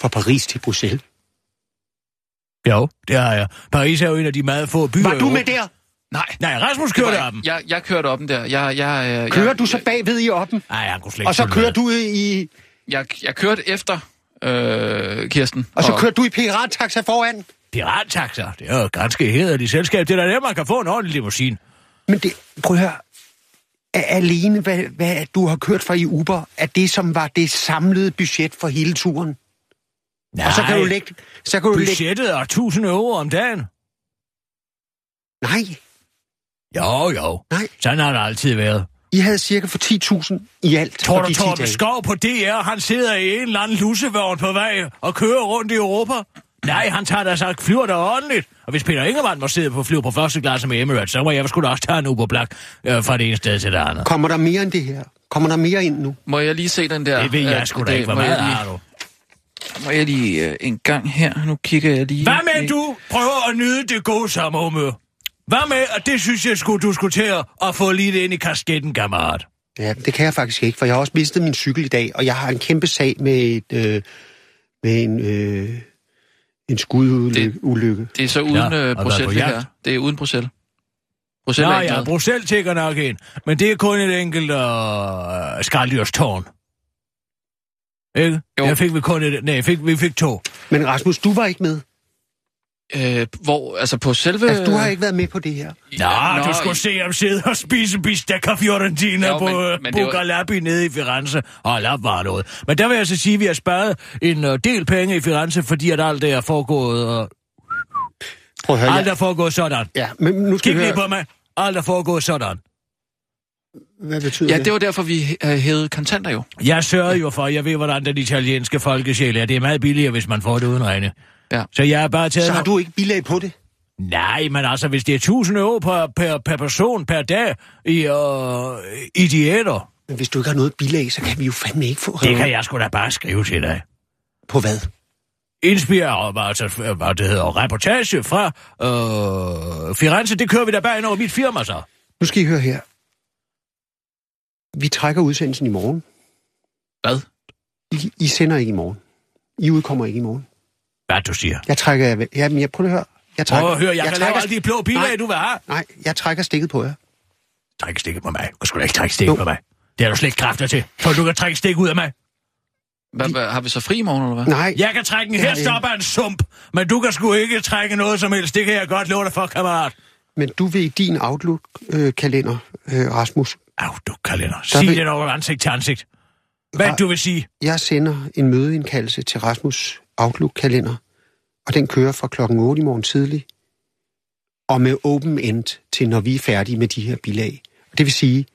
S3: fra Paris til Bruxelles.
S2: Jo, det har jeg. Paris er jo en af de meget få byer.
S3: Var
S2: i
S3: du
S2: Europa.
S3: med der?
S4: Nej.
S2: Nej, Rasmus
S4: det var
S2: kørte
S4: ikke-
S2: af dem.
S4: Jeg, jeg kørte op den der. Jeg, jeg, øh,
S3: Kører
S4: jeg,
S3: du så bagved i oppen,
S2: Nej, han kunne slet ikke
S3: og så
S2: følge
S3: kører
S2: med.
S3: du i,
S4: Jeg, jeg kørte efter øh, Kirsten.
S3: og så kører du i pirattaxa foran?
S2: Pirattaxa, det er jo et ganske hederligt selskab. Det er da der, man kan få en ordentlig limousine.
S3: Men det, prøv at høre, er alene, hvad, hvad du har kørt for i Uber, er det, som var det samlede budget for hele turen.
S2: Nej,
S3: Og så kan du lægge... Så kan du lægge
S2: budgettet er 1000 euro om dagen.
S3: nej,
S2: Jo, jo.
S3: nej.
S2: Sådan har det altid været.
S3: I havde cirka for 10.000 i alt
S2: Tror
S3: for
S2: du,
S3: de 10
S2: Torben
S3: dage.
S2: Skov på DR, han sidder i en eller anden lussevogn på vej og kører rundt i Europa? Nej, han tager da sagt flyver der ordentligt. Og hvis Peter Ingemann må sidde på flyve på første klasse med Emirates, så må jeg sgu da også tage en Uber-blak øh, fra det ene sted til det andet.
S3: Kommer der mere end det her? Kommer der mere ind nu?
S4: Må jeg lige se den der?
S2: Det ved jeg
S4: øh,
S2: sgu da
S4: det-
S2: ikke, hvor
S4: må jeg
S2: meget
S4: lige-
S2: har du.
S4: Må jeg lige øh, en gang her? Nu kigger jeg lige...
S2: Hvad med, at du prøver at nyde det gode sommerhumør? Hvad med, at det synes jeg skulle, du skulle til at- at få lige det ind i kasketten, kammerat?
S3: Ja, det kan jeg faktisk ikke, for jeg har også mistet min cykel i dag, og jeg har en kæmpe sag med, et, øh, med en, øh, en skudulykke.
S4: Det-
S3: ulykke.
S4: Det er så uden
S2: Ja,
S4: ja,
S2: og
S4: øh,
S2: været
S4: Bruxelles,
S2: på
S4: det
S2: jagt.
S4: her. Det er uden Bruxelles.
S2: Nå
S4: Bruxelles er ikke
S2: ja,
S4: noget.
S2: Bruxelles tækker nok ind, men det er kun et enkelt øh, skaldyrstårn. Ikke?
S4: Jo.
S2: Jo. Jeg fik vi kun et, nej, fik, vi fik to.
S3: Men Rasmus, du var ikke med.
S4: Øh, hvor, altså på selve...
S3: Altså, du har ikke været med på det her.
S2: Nå, ja, du skulle se ham sidde og spise bistecca fiorentina
S4: Jo,
S2: jo, på,
S4: men-
S2: men,
S4: men
S2: men
S4: det var-
S2: på Galabi nede i Firenze. Hold op, var noget. Men der vil jeg så sige, at vi har sparet en øh, del penge i Firenze, fordi at alt det er foregået, og
S3: Prøv at høre,
S2: alt
S3: jeg,
S2: er foregået sådan.
S3: ja, men nu skal du
S2: Kig lige
S3: høre,
S2: på mig. Alt er foregået sådan.
S3: hvad betyder
S4: Ja,
S3: det?
S4: det var derfor, vi øh, hævede kontanter jo.
S2: Jeg sørger jo for, jeg ved, hvordan den italienske folkesjæl er. Det er meget billigere, hvis man får det uden regne.
S4: Ja.
S2: Så jeg har bare taget...
S3: Så har
S2: nogle-
S3: du ikke bilag på det?
S2: Nej, men altså, hvis det er 1000 euro per, per, per person per dag i, øh, i diæter,
S3: Men hvis du ikke har noget bilag, så kan vi jo fandme ikke få
S2: det kan jeg sgu da bare skrive til dig.
S3: På hvad?
S2: Inspireret, altså, f- hvad det hedder, reportage fra øh, Firenze, det kører vi da bare ind over mit firma, så.
S3: Nu skal I høre her. Vi trækker udsendelsen i morgen.
S4: Hvad?
S3: I, I sender ikke i morgen. I udkommer ikke i morgen.
S2: Hvad du siger.
S3: Jeg trækker jer væk. Jamen, jeg prøver at høre. Jeg trækker,
S2: Prøv at høre, jeg, jeg kan lave
S3: trækker,
S2: alle de blå bilag,
S3: Nej.
S2: du vil have.
S3: Nej, jeg trækker stikket på jer.
S2: Træk stikket på mig. Du skulle da ikke trække stikket
S3: Jo.
S2: på mig. Det har du slet ikke kræfter til. For du kan trække stik ud af mig.
S4: Hvad, hvad, har vi så fri i morgen, eller hvad?
S3: Nej,
S2: Jeg kan trække en hest
S3: Ja, ja.
S2: op af en sump, men du kan sgu ikke trække noget som helst. Det kan jeg godt love dig for, kammerat.
S3: men du vil i din Outlook-kalender, øh, Rasmus,
S2: Au, du kalender.
S3: Der
S2: Sig
S3: vil-
S2: det over ansigt til ansigt. Hvad
S3: Nej.
S2: du vil sige?
S3: jeg sender en mødeindkaldelse til Rasmus' Outlook-kalender, og den kører fra klokken 8 i morgen tidlig, og med open end til, når vi er færdige med de her bilag. Og det vil sige,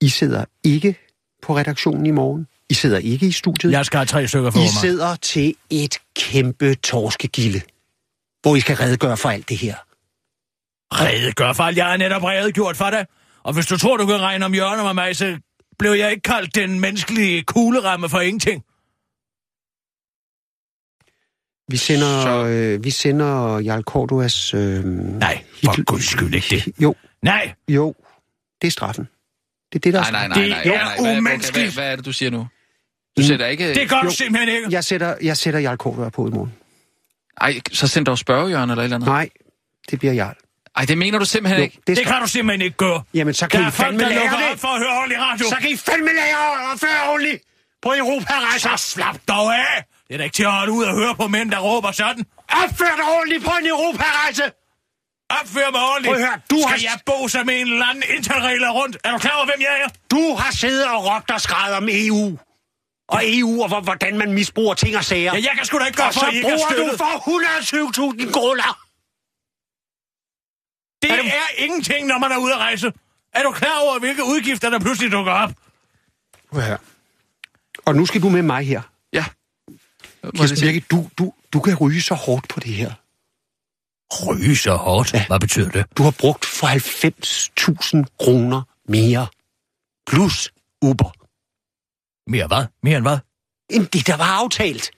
S3: I sidder ikke på redaktionen i morgen. I sidder ikke i studiet.
S2: Jeg skal have tre stykker for
S3: I
S2: mig.
S3: sidder til et kæmpe torskegilde, hvor I skal redegøre for alt det her.
S2: Redegør for alt. Jeg har netop redegjort for dig. Og hvis du tror, du kan regne om hjørnet med mig, så blev jeg ikke kaldt den menneskelige kugleramme for ingenting.
S3: Vi sender, øh, vi sender Jarl Korduas... Øh,
S2: Nej, for guds skyld ikke det.
S3: Jo,
S2: Nej,
S3: jo. Det er straffen. Det er det, der er
S4: Nej, nej,
S3: straffen.
S4: nej,
S2: Det
S4: nej.
S2: er
S4: nej, nej. Hvad-
S2: umenneskeligt. Mm.
S4: Hvad, hvad, hvad er det, du siger nu? Du sætter ikke...
S2: det gør
S3: Jo.
S2: du simpelthen ikke.
S3: Jeg sætter, jeg sætter Jarl Kordua på i morgen.
S4: Ej, så send dog spørgehjørn eller et eller andet.
S3: Nej, det bliver Jarl.
S4: Ej, det mener du simpelthen
S3: Jo,
S4: ikke.
S3: det er
S2: Det
S3: straffen.
S2: kan du simpelthen ikke gøre.
S3: Jamen, så kan
S2: Der er
S3: I
S2: folk,
S3: fandme
S2: der
S3: lære
S2: lukker
S3: det.
S2: op for at høre ordentlig radio.
S3: Så kan I fandme lære at føre ordentligt på Europa-rejser.
S2: Så slap dog af! Det er da ikke til at holde ud og høre på mænd, der råber sådan.
S3: Opfør dig ordentligt på en Europa-rejse.
S2: Opfør mig ordentligt.
S3: Prøv at høre, du
S2: Skal
S3: har-
S2: jeg bo som en eller anden interregler rundt? Er du klar over, hvem jeg er?
S3: Du har siddet og råbt og skrevet om EU. Og EU, og hvor- hvordan man misbruger ting og sager.
S2: Ja, jeg kan sgu da ikke gøre
S3: og
S2: for,
S3: så
S2: at I ikke er
S3: bruger du
S2: støttet.
S3: for 107.000 kroner.
S2: Det er, ingenting, når man er ude at rejse. Er du klar over, hvilke udgifter, der pludselig dukker op?
S3: Hør. Og nu skal du med mig her.
S4: Ja. Må jeg lige
S3: Kirsten
S4: se?
S3: Birke, du, du, du kan ryge så hårdt på det her.
S2: Ryge så hårdt. Hvad betyder det?
S3: Du har brugt for 90.000 kroner mere. Plus Uber.
S2: Mere hvad? Mere end hvad?
S3: Jamen, det der var aftalt.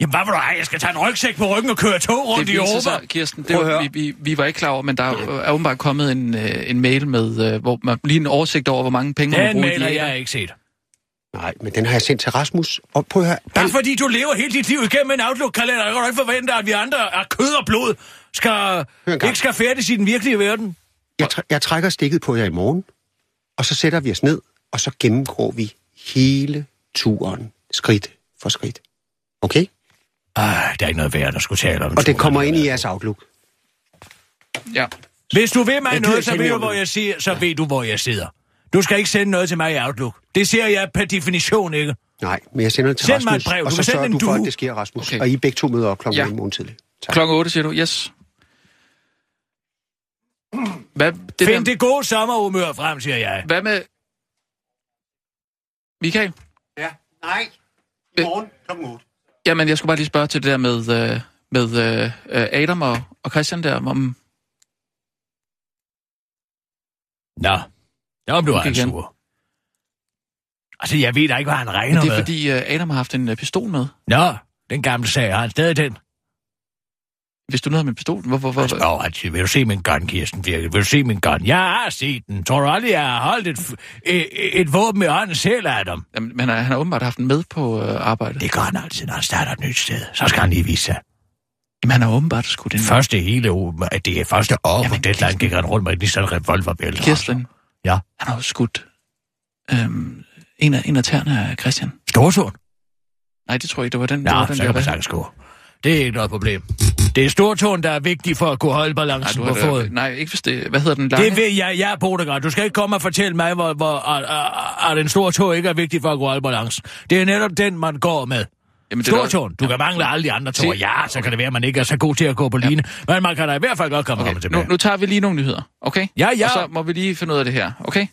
S2: Jamen, hvad vil du have? Jeg skal tage en rygsæk på ryggen og køre tog rundt i
S4: viser
S2: Europa.
S4: sig, Kirsten, det
S3: Prøv at
S4: var,
S3: høre.
S4: vi, vi, vi var ikke klar over, men der er, er åbenbart kommet en, øh, en mail med, øh, hvor man, lige en oversigt over, hvor mange penge man
S2: Den
S4: bruger i
S2: mail har
S4: de
S2: jeg ikke set.
S3: Nej, men den har jeg sendt til Rasmus. Og prøv at høre.
S2: Bare fordi du lever hele dit liv igennem en Outlook-kalender, kan du ikke forvente, at vi andre af kød og blod skal,
S3: en gang.
S2: ikke skal færdes i den virkelige verden.
S3: Jeg, tr- jeg trækker stikket på jer i morgen, og så sætter vi os ned, og så gennemgår vi hele turen, skridt for skridt. Okay?
S2: Ah, der er ikke noget værd, der skulle tale om.
S3: Og det kommer ind i jeres outlook.
S4: Ja.
S2: Hvis du vil mig
S3: Jeg gider
S2: noget, så
S3: ikke
S2: ved du,
S3: mere om
S2: hvor
S3: det.
S2: jeg siger, så ved du, hvor jeg sidder. Du skal ikke sende noget til mig i Outlook. Det ser jeg per definition ikke.
S3: Nej, men jeg sender det til
S2: Send mig
S3: Rasmus,
S2: et brev.
S3: og så
S2: Du kan sende
S3: sørger
S2: en
S3: du for,
S2: due.
S3: at det sker, Rasmus.
S4: Okay.
S3: Okay. Og I begge to møder op klokken
S4: Ja.
S3: ja. morgen tidlig. Tak.
S4: Klokken 8, siger du? Yes. Hvad, det
S2: Det Find
S4: der,
S2: det gode sommerhumør frem, siger jeg.
S4: hvad med... Michael?
S3: Ja. Nej.
S4: I
S3: morgen klokken 8.
S4: Jamen, jeg skulle bare lige spørge til det der med, øh, med øh, øh, Adam og, og Christian der, om...
S2: Nå, om du er
S4: Okay,
S2: en
S4: igen.
S2: sur. Altså, jeg ved da ikke, hvad han regner
S4: Det er
S2: med.
S4: fordi, øh, Adam har haft en øh, pistol med.
S2: Nå, den gamle sag, har han stadig den?
S4: Hvis du nu havde med pistolen, hvorfor... Hvor,
S2: Jeg
S4: hvor,
S2: spørger altid, oh, altså, vil du se min gun, Kirsten Birke? Vil du se min gun? Jeg har set den. Tror du aldrig, jeg har holdt et, f- et, et våben i hånden selv, Adam?
S4: jamen, men øh, han har åbenbart haft den med på øh, arbejde.
S2: Det gør han altid, når han starter et nyt sted. Så skal han lige vise sig.
S4: Jamen, han har åbenbart skudt den.
S2: Den Mm. første hele uge, at det er første år på
S4: Jamen,
S2: deadline,
S4: Kirsten.
S2: gik han rundt med en Nissan revolverbælte.
S4: Kirsten.
S2: Ja.
S4: Han har jo skudt øhm, en, af, en af tæerne af Christian.
S2: Storsund?
S4: Nej, det tror jeg ikke, det var den. det var
S2: Nå,
S4: den
S2: så kan man
S4: hvad?
S2: sagtens gå. Det er ikke noget problem. Det er stortåen, der er vigtig for at kunne holde
S4: Nej,
S2: balancen
S4: du
S2: på
S4: har,
S2: foden.
S4: det- nej, ikke hvis det... Hvad hedder den lange?
S2: Det ved jeg, jeg er potegrad. Du skal ikke komme og fortælle mig, hvor, hvor at, at, at en stor tog ikke er vigtig for at gå balance. Det er netop den, man går med.
S4: Jamen, det er da-
S2: Stor tårn. Du kan mangle alle de andre tårer.
S4: Se-
S2: Ja, så kan det være, at man ikke er så god til at gå på line. Men man kan da i hvert fald godt komme okay.
S4: Okay,
S2: tilbage.
S4: nu, nu tager vi lige nogle nyheder, okay?
S2: Ja, ja.
S4: Og så må vi lige finde ud af det her, okay?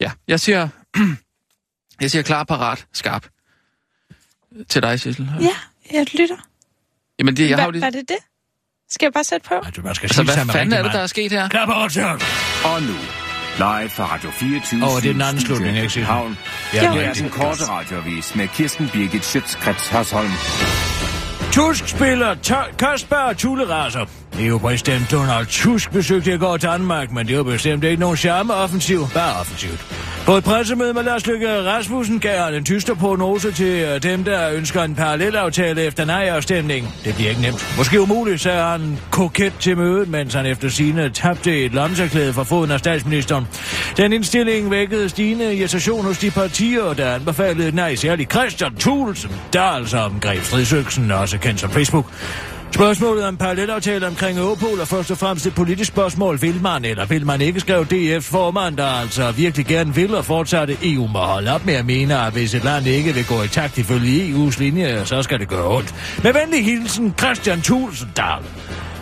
S4: Ja, jeg siger... jeg siger klar, parat, skarp. Til dig, Sissel.
S5: Ja, jeg lytter.
S4: Jamen, det, jeg har jo
S5: Hva, var
S4: lige...
S5: det det? Skal jeg bare sætte på?
S2: Altså, man skal
S4: Altså,
S2: sige sig
S4: hvad
S2: med
S4: fanden
S2: rigtig
S4: er det, der er
S2: meget.
S4: sket her?
S2: Klap over, Søren.
S6: Og nu, live fra Radio 24
S2: Åh, det er den anden slutning, ikke, Sissel?
S6: København.
S2: Ja,
S5: Jo.
S2: det
S6: Her
S2: er
S6: er den
S2: rigtigt.
S6: korte radiovis med Kirsten Birgit Schøtzgrads Hasholm.
S2: Tusk spiller to- kostbare tuleraser. EU-præsident Donald Tusk besøgte i går Danmark, men det var bestemt ikke nogen charme offensiv, bare offensivt. På et pressemøde med Lars Løkke Rasmussen gav han en tyster prognose til øh, dem, der ønsker en parallelaftale efter nej-afstemningen. Det bliver ikke nemt. Måske umuligt, sagde han koket til mødet, mens han efter sine tabte et lomserklæde fra foden af statsministeren. Den indstilling vækkede stigende irritation hos de partier, der anbefalede et nej, særligt Christian Thulsen, der altså omgreb stridsøksen, også kendt som Facebook. Spørgsmålet om parallelaftale omkring Europol er først og fremmest et politisk spørgsmål. Vil man eller vil man ikke, skrev DF's formand, der altså virkelig gerne vil og fortsatte EU må holde op med at mene, at hvis et land ikke vil gå i takt ifølge EU's linje, så skal det gøre ondt. Med venlig hilsen, Christian Tulsendal.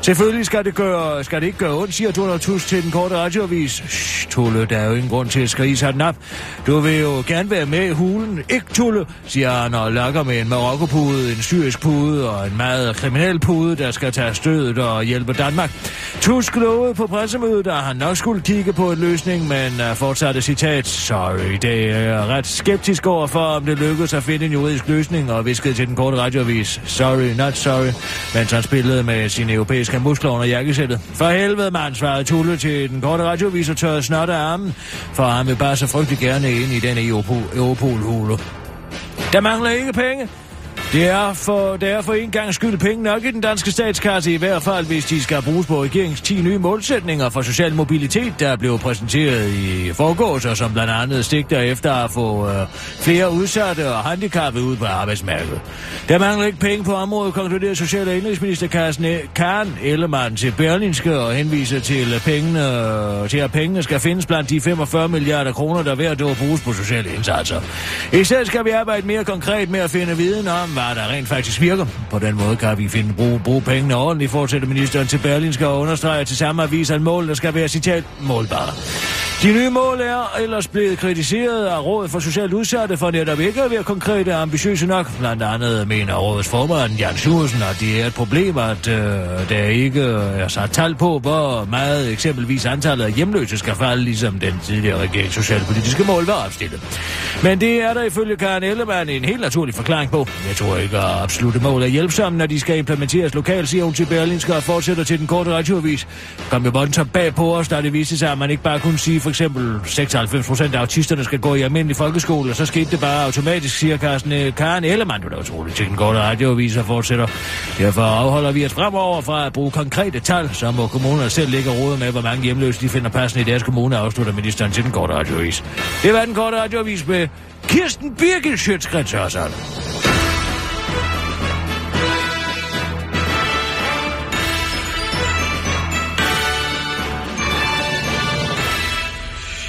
S2: Selvfølgelig skal det, gøre, skal det ikke gøre ondt, siger Donald Tusk til den korte radioavis. Shh, Tulle, der er jo ingen grund til at skrige sig den op. Du vil jo gerne være med i hulen, ikke Tulle, siger han og lokker med en marokkopude, en syrisk pude og en meget kriminel pude, der skal tage stødet og hjælpe Danmark. Tusk lovede på pressemødet, at han nok skulle kigge på en løsning, men øh, fortsatte citat. Sorry, det er jeg ret skeptisk over for, om det lykkedes at finde en juridisk løsning, og viskede til den korte radioavis. Sorry, not sorry, mens han spillede med sine europæiske muskler under jakkesættet. For helvede, mand, svarede Tulle til den korte radioavis og tørrede snot af armen, for han vil bare så frygtelig gerne ind i den Europol- Europol-hule. Der mangler ikke penge. Det er, for, det er for en gang skyld penge nok i den danske statskasse, i hvert fald hvis de skal bruges på regeringens 10 nye målsætninger for social mobilitet, der blev præsenteret i forgårs, og som blandt andet stigter efter at få øh, flere udsatte og handicappede ud på arbejdsmarkedet. Der mangler ikke penge på området, konkluderer Social- og Indrigsminister Carsten E- Karen Ellemann til Berlinske og henviser til, at pengene, til at pengene skal findes blandt de 45 milliarder kroner, der hvert år bruges på sociale indsatser. I stedet skal vi arbejde mere konkret med at finde viden om, hvad der rent faktisk virker. På den måde kan vi finde bruge, bruge pengene ordentligt, fortsætter ministeren til Berlinske og understreger til samme avis, at målene skal være citat målbare. De nye mål er ellers blevet kritiseret af Rådet for Socialt Udsatte for netop ikke at være konkrete og ambitiøse nok. Blandt andet mener Rådets formand Jan Sjursen, at det er et problem, at øh, der ikke er sat tal på, hvor meget eksempelvis antallet af hjemløse skal falde, ligesom den tidligere regerings socialpolitiske mål var opstillet. Men det er der ifølge Karen Ellemann en helt naturlig forklaring på. Jeg tror ikke, at absolute mål er hjælpsomme, når de skal implementeres lokalt, siger hun til Berlinske og fortsætter til den korte radioavis. Kom jo voldsomt bag på os, da det viste sig, at man ikke bare kunne sige for eksempel 96 procent af autisterne skal gå i almindelig folkeskole, og så skete det bare automatisk, siger Carsten, øh, Karen Ellemann, det er da utroligt, til den korte radioavis og fortsætter. Derfor afholder vi os fremover fra at bruge konkrete tal, så må kommunerne selv lægge råd med, hvor mange hjemløse de finder passende i deres kommune, afslutter ministeren til den korte radioavis. Det var den korte radioavis med Kirsten Birgit Sjøtskrets og sådan.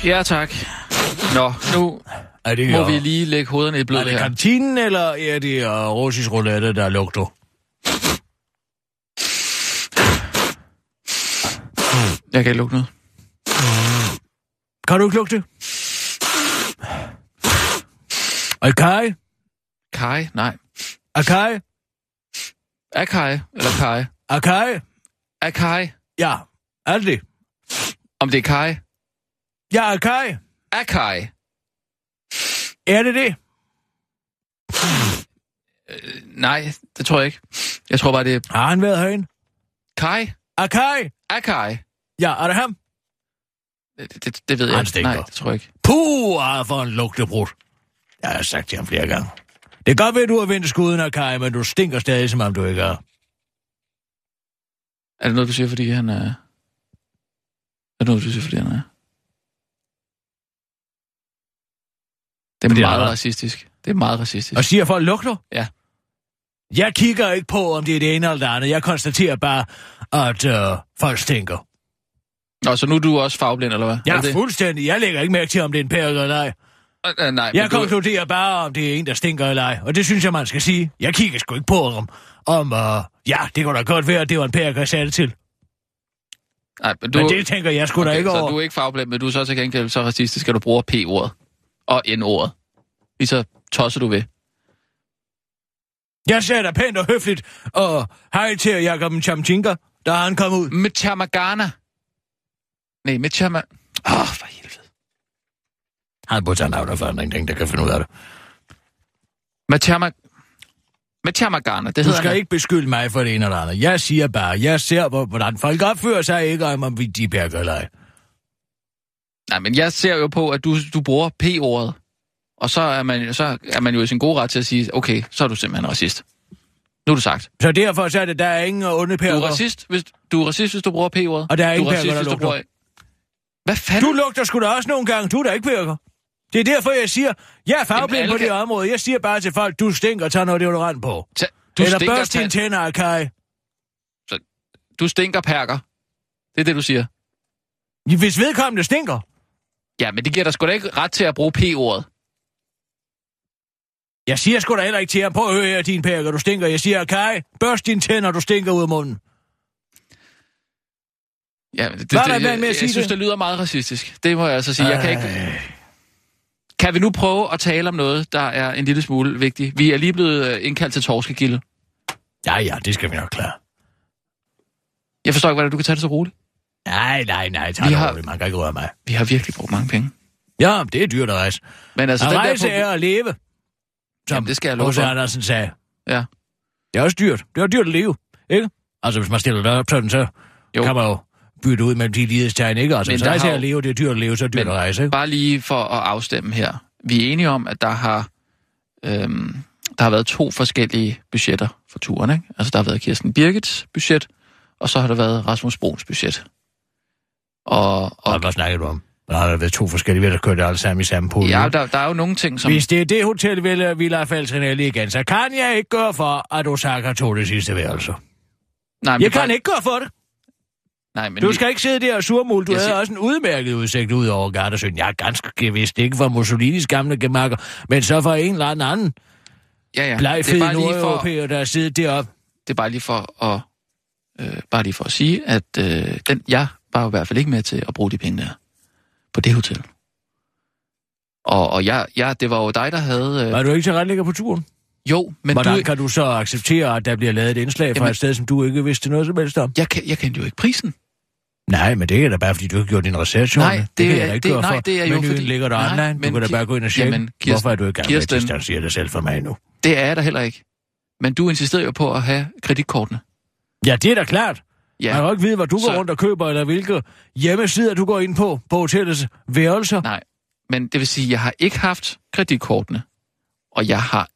S4: Ja, tak. Nå, nu
S2: Er det, øh,
S4: må vi lige lægge hovederne i
S2: er
S4: blød
S2: det
S4: her.
S2: kantinen, eller er det uh, russisk roulette, der lugter?
S4: Jeg kan ikke lukke noget.
S2: Kan du ikke lugte det? Akai?
S4: Kai? Nej.
S2: Akai?
S4: Er Kai? Eller Kai?
S2: Akai?
S4: Er Kai?
S2: Ja, er det det?
S4: Om det er Kai?
S2: Ja, Akai.
S4: Er Kai?
S2: Er det det?
S4: Nej, det tror jeg ikke. Jeg tror bare, det er
S2: Har han været herinde?
S4: Kai.
S2: Akai?
S4: Er Kai?
S2: Ja, er det ham?
S4: Det, det, det ved
S2: Han
S4: jeg ikke.
S2: stinker.
S4: Nej, det tror jeg ikke.
S2: Puh, har for en lugtebrud. Jeg har sagt til ham flere gange. Det kan godt være, du har vendt skuden, Akai, men du stinker stadig, som om du ikke er.
S4: Er det noget, du siger, fordi han er... Er det noget, du siger, fordi han er... Det er
S2: Fordi han
S4: meget
S2: er hvad?
S4: racistisk. Det er meget racistisk.
S2: Og siger, at folk lugter?
S4: Ja.
S2: Jeg kigger ikke på, om det er det ene eller det andet. Jeg konstaterer bare, at øh, folk stinker.
S4: Nå, så nu er du også fagblind, eller hvad?
S2: Jeg
S4: er
S2: er
S4: det?
S2: fuldstændig... Jeg lægger ikke mærke til, om det er en pære eller ej.
S4: Øh, øh, nej,
S2: Jeg
S4: men du...
S2: konkluderer bare, om det er en, der stinker eller ej. Og det synes jeg, man skal sige. Jeg kigger sgu ikke på om... om øh, ja, det kunne da godt være, at det var en pære, jeg sagde det til.
S4: Nej, men
S2: Du...
S4: du...
S2: Men det tænker jeg sgu okay, da ikke
S4: så
S2: over.
S4: du er ikke fagblind, men du er så til gengæld så racistisk, at du bruger P-ordet og N-ordet. Lige så tosser du ved.
S2: Jeg sagde da pænt og høfligt, og hej til Jakob Chamchinka, da han kom ud.
S4: Med Chamagana. Nej, med Chama... Åh, oh, for helvede.
S2: Han burde tage en navneforandring, den der kan finde ud af det.
S4: Med Chama... Med Chamagana, det
S2: Du
S4: hedder
S2: skal
S4: han.
S2: ikke beskylde mig for det ene eller andet. Jeg siger bare, jeg ser, hvor- hvordan folk opfører sig, ikke om om vi de pærker eller ej.
S4: Nej, men jeg ser jo på, at du, du bruger P-ordet. Og så er, man, så er man jo i sin gode ret til at sige, okay, så er du simpelthen racist. Nu er du sagt.
S2: Så derfor så er det, der er ingen onde
S4: Du er
S2: pærker.
S4: racist, hvis, du er racist, hvis du bruger P-ordet.
S2: Og der er
S4: du
S2: ingen perker, der
S4: hvis du
S2: lugter.
S4: bruger... Hvad fanden?
S2: Du lugter sgu da også nogle gange, du er da ikke pærker. Det er derfor, jeg siger, jeg er
S4: Jamen,
S2: fagblind
S4: alle
S2: på det
S4: kan-
S2: område. Jeg siger bare til folk, du stinker, tag noget deodorant på.
S4: Ta-
S2: Du
S4: du,
S2: eller
S4: stinker,
S2: børst dine
S4: ta-
S2: tænder, Kai.
S4: du stinker perker. Det er det, du siger.
S2: Hvis vedkommende stinker.
S4: Ja, men det giver dig sgu da ikke ret til at bruge P-ordet.
S2: Jeg siger sgu da heller ikke til ham, prøv at høre her, din pærker, du stinker. Jeg siger, Kai, børst dine tænder, du stinker ud af munden.
S4: Ja, men det, det,
S2: Hvad er der
S4: jeg, jeg,
S2: med at
S4: jeg
S2: sige
S4: synes,
S2: det?
S4: det lyder meget racistisk. Det må jeg altså sige. Jeg kan ikke... Kan vi nu prøve at tale om noget, der er en lille smule vigtigt? Vi er lige blevet øh, indkaldt til Torskegilde.
S2: Ja, ja, det skal vi nok klare.
S4: Jeg forstår ikke, hvordan du kan tage det så roligt.
S2: Nej, nej, nej, tag
S4: Vi
S2: det
S4: har-
S2: roligt, man kan ikke røre mig.
S4: Vi har virkelig brugt mange penge.
S2: Ja, det er dyrt at rejse.
S4: Men altså,
S2: At
S4: den der
S2: rejse
S4: på-
S2: er at leve, som
S4: Jamen, det skal jeg love
S2: H.C.
S4: for.
S2: Andersen sagde.
S4: Ja.
S2: Det er også dyrt. Det er også dyrt at leve, ikke? Altså, hvis man stiller det op sådan, så jo.
S4: Jo.
S2: kan man jo bytte ud mellem de lighedstegn, ikke? Altså,
S4: Men
S2: hvis
S4: der
S2: rejse
S4: har
S2: er at
S4: jo-
S2: leve, det er dyrt at leve, så er det dyrt
S4: Men-
S2: at rejse, ikke?
S4: Bare lige for at afstemme her. Vi er enige om, at der har, øhm, der har været to forskellige budgetter for turen. Ikke? Altså, der har været Kirsten Birgits budget, og så har der været Rasmus Bruns budget. Og,
S2: Og
S4: og
S2: hvad snakker du om? Der har der været to forskellige, vi har da kørt alle sammen i samme pool.
S4: ja, der, der er jo nogle ting, som...
S2: Hvis det er det hotel, vil, vil have Faltrinelli igen, så kan jeg ikke gøre for, at Osaka tog det sidste værelse.
S4: Nej, men
S2: Jeg
S4: der-
S2: kan ikke gøre for det.
S4: Nej, men
S2: Du
S4: vi-
S2: skal ikke sidde der og surmule. Du
S4: Jeg
S2: havde
S4: siger-
S2: også en udmærket udsigt ud over Gardasøen. Jeg er ganske vist ikke fra Mussolinis gamle gemakker, men så fra en eller anden anden
S4: ja, ja. Det er
S2: blegfed
S4: bare lige for,
S2: nordeuropæer, der har siddet deroppe.
S4: det er bare lige for at, øh, bare lige for at sige, at øh, den, jeg var jo i hvert fald ikke med til at bruge de penge der. på det hotel. Og, og jeg, jeg, det var jo dig, der havde... Øh,
S2: Var du ikke tilrettelægger på turen?
S4: jo, men
S2: Hvordan
S4: du,
S2: kan du så acceptere, at der bliver lavet et indslag fra
S4: Jamen-
S2: et sted, som du ikke vidste noget som helst om?
S4: jeg, kan, jeg kendte jo ikke prisen.
S2: Nej, men det er da bare, fordi du ikke har gjort din research,
S4: Nej,
S2: Johnne.
S4: det
S2: kan jeg
S4: er-
S2: da ikke
S4: det-
S2: gøre
S4: nej,
S2: for.
S4: det er jo
S2: Menuen
S4: fordi-
S2: ligger der
S4: nej,
S2: online, du
S4: men
S2: kan da
S4: Ki-
S2: bare gå ind og tjekke.
S4: Jamen, Kirsten-
S2: Hvorfor er du i gang med at
S4: Kirsten-
S2: distancere dig selv fra mig nu?
S4: Det er jeg da heller ikke. Men du insisterede jo på at have kreditkortene.
S2: Ja, det er da klart. Ja.
S4: Ja,
S2: Man kan jo ikke vide, hvad du går
S4: Så-
S2: rundt og køber, eller hvilke hjemmesider du går ind på, på hotellets værelser.
S4: Nej. men det vil sige, at jeg har ikke haft kreditkortene. Og jeg har